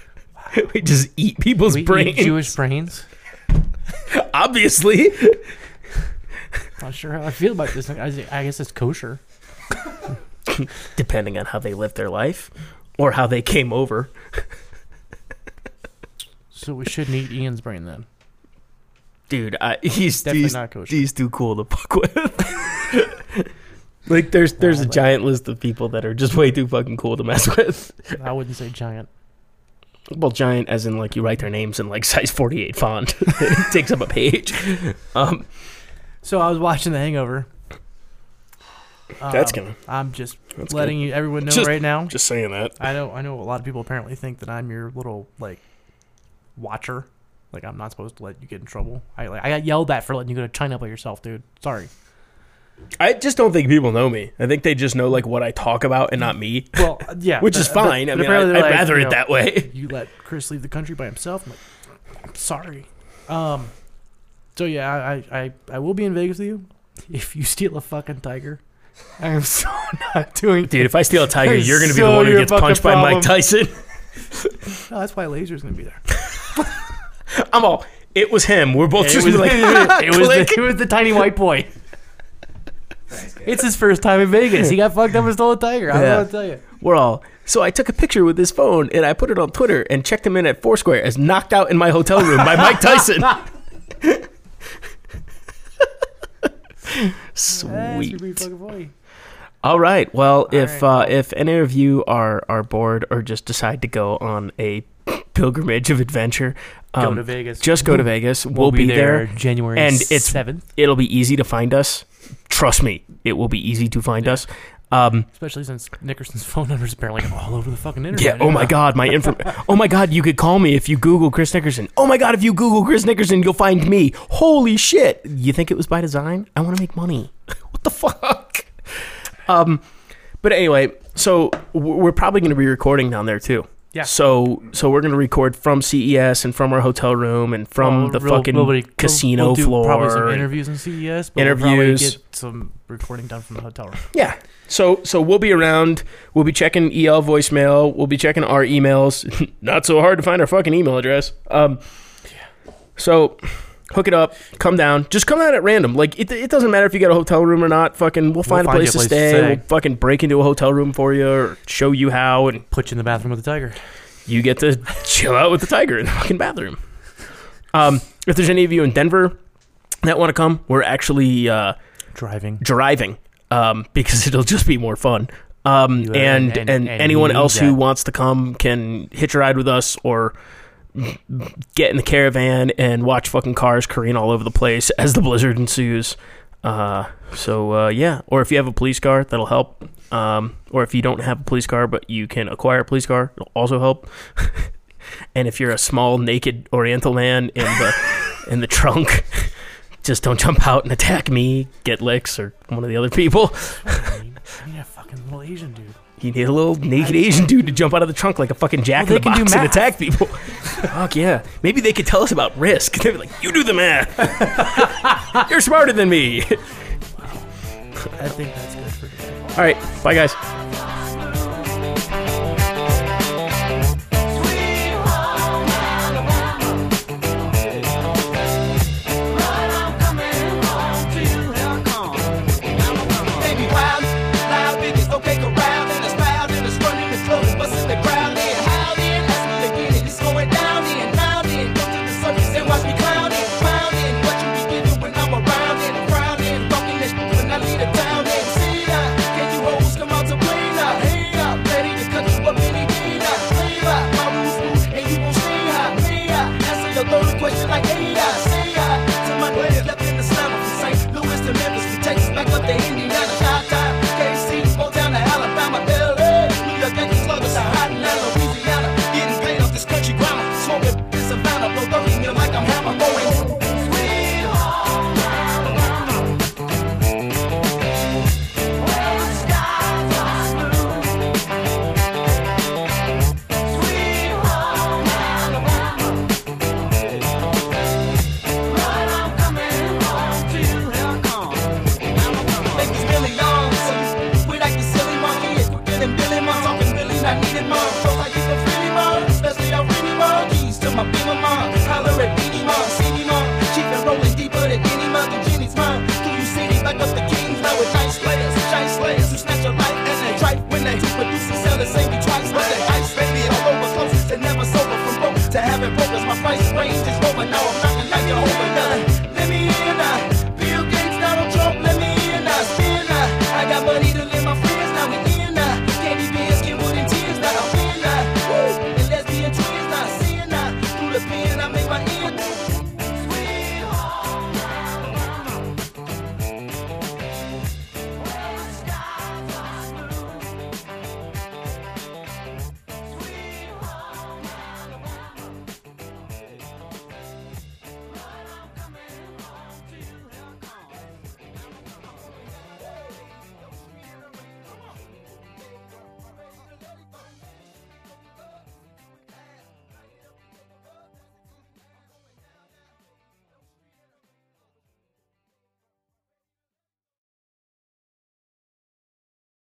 [laughs] we just eat people's We brains. eat Jewish brains. Obviously. Not sure how I feel about this. I I guess it's kosher. Depending on how they lived their life or how they came over. So we shouldn't eat Ian's brain then. Dude, I, [laughs] he's, Definitely he's, not kosher. he's too cool to fuck with. like, there's, there's a Wild. giant list of people that are just way too fucking cool to mess with. I wouldn't say giant. Well, giant as in like you write their names in like size 48 font. [laughs] it takes up a page. Um, So I was watching The Hangover. That's Um, gonna- I'm just that's letting you everyone know Just- right now. just saying that. I know. I know. A lot of people apparently think that I'm your little like watcher. Like I'm not supposed to let you get in trouble. I like I got yelled at for letting you go to China by yourself, dude. Sorry. I just don't think people know me. I think they just know like what I talk about and not me, Well, uh, yeah, which but- is fine. but- I but mean, I, apparently would they're like, rather you it know, that way. you let Chris leave the country by himself. I'm like, I'm sorry. Um, so yeah, I, I, I, I will be in Vegas with you. If you [laughs] steal a fucking tiger, I am so [laughs] not doing Dude, if I steal [laughs] a tiger, you're going to be So the one who your gets fucking punched by problem. Mike Tyson. [laughs] No, that's why Laser's gonna be there. I'm all, it was him. We're both just [laughs] like, it, was the, click. it was the tiny white boy. it's his first time in Vegas. He got fucked up and stole a tiger. I Yeah. don't know what to tell you. We're all. So I took a picture with his phone and I put it on Twitter and checked him in at Foursquare as knocked out in my hotel room by Mike Tyson. [laughs] That's Sweet. gonna be fucking funny. All right. Well, if right. Uh, if any of you are are bored or just decide to go on a pilgrimage of adventure, Go um, to Vegas. Just go to Vegas. We'll, be, there. January and it's- 7th, It'll be easy to find us. Trust me, it will be easy to find us. Um, especially since Nickerson's [laughs] phone number is apparently all over the fucking internet. yeah. Oh my God. My info. oh my God. You could call me if you Google Chris Nickerson. Oh my God. If you Google Chris Nickerson, you'll find me. Holy shit. You think it was by design? I want to make money. [laughs] what the fuck? Um, but anyway, so w- we're probably going to be recording down there too. Yeah. So so we're going to record from CES and from our hotel room and Well, from the we'll- fucking we'll be- we'll- casino we'll do floor. Probably some and- interviews in CES. But we'll probably Interviews. get some recording done from the hotel room. Yeah. So so we'll be around. We'll be checking EL voicemail. We'll be checking our emails. [laughs] Not so hard to find our fucking email address. Um. So hook it up. Come down. Just come out at random. Like it, it doesn't matter if you got a hotel room or not. Fucking we'll find, a, place to stay. We'll fucking break into a hotel room for you or show you how, and Put you in the bathroom with the tiger. you get to [laughs] chill out with the tiger in the fucking bathroom. Um. If there's any of you in Denver that want to come, we're actually. Uh, Driving. [laughs] driving um, [laughs] because it'll just be more fun. Um, You, uh, and, and, and- and anyone need else who that. wants to come can hitch a ride with us or get in the caravan and watch fucking cars careen all over the place as the blizzard ensues. Uh, so uh, yeah, or if you have a police car, that'll help. Um, or if you don't have a police car but you can acquire a police car, it'll also help. [laughs] And if you're a small naked Oriental man in the [laughs] in the trunk, just don't jump out and attack me, get licks, or one of the other people. I mean, you need a fucking little Asian dude. You need a little naked Asian dude to jump out of the trunk like a fucking jack Well, in they the can do box and math. attack [laughs] people. Fuck yeah. Maybe they could tell us about risk. [laughs] They'd be like, you do the [laughs] math. You're smarter than me. [laughs] I think that's good for. All right. Bye, guys. Thank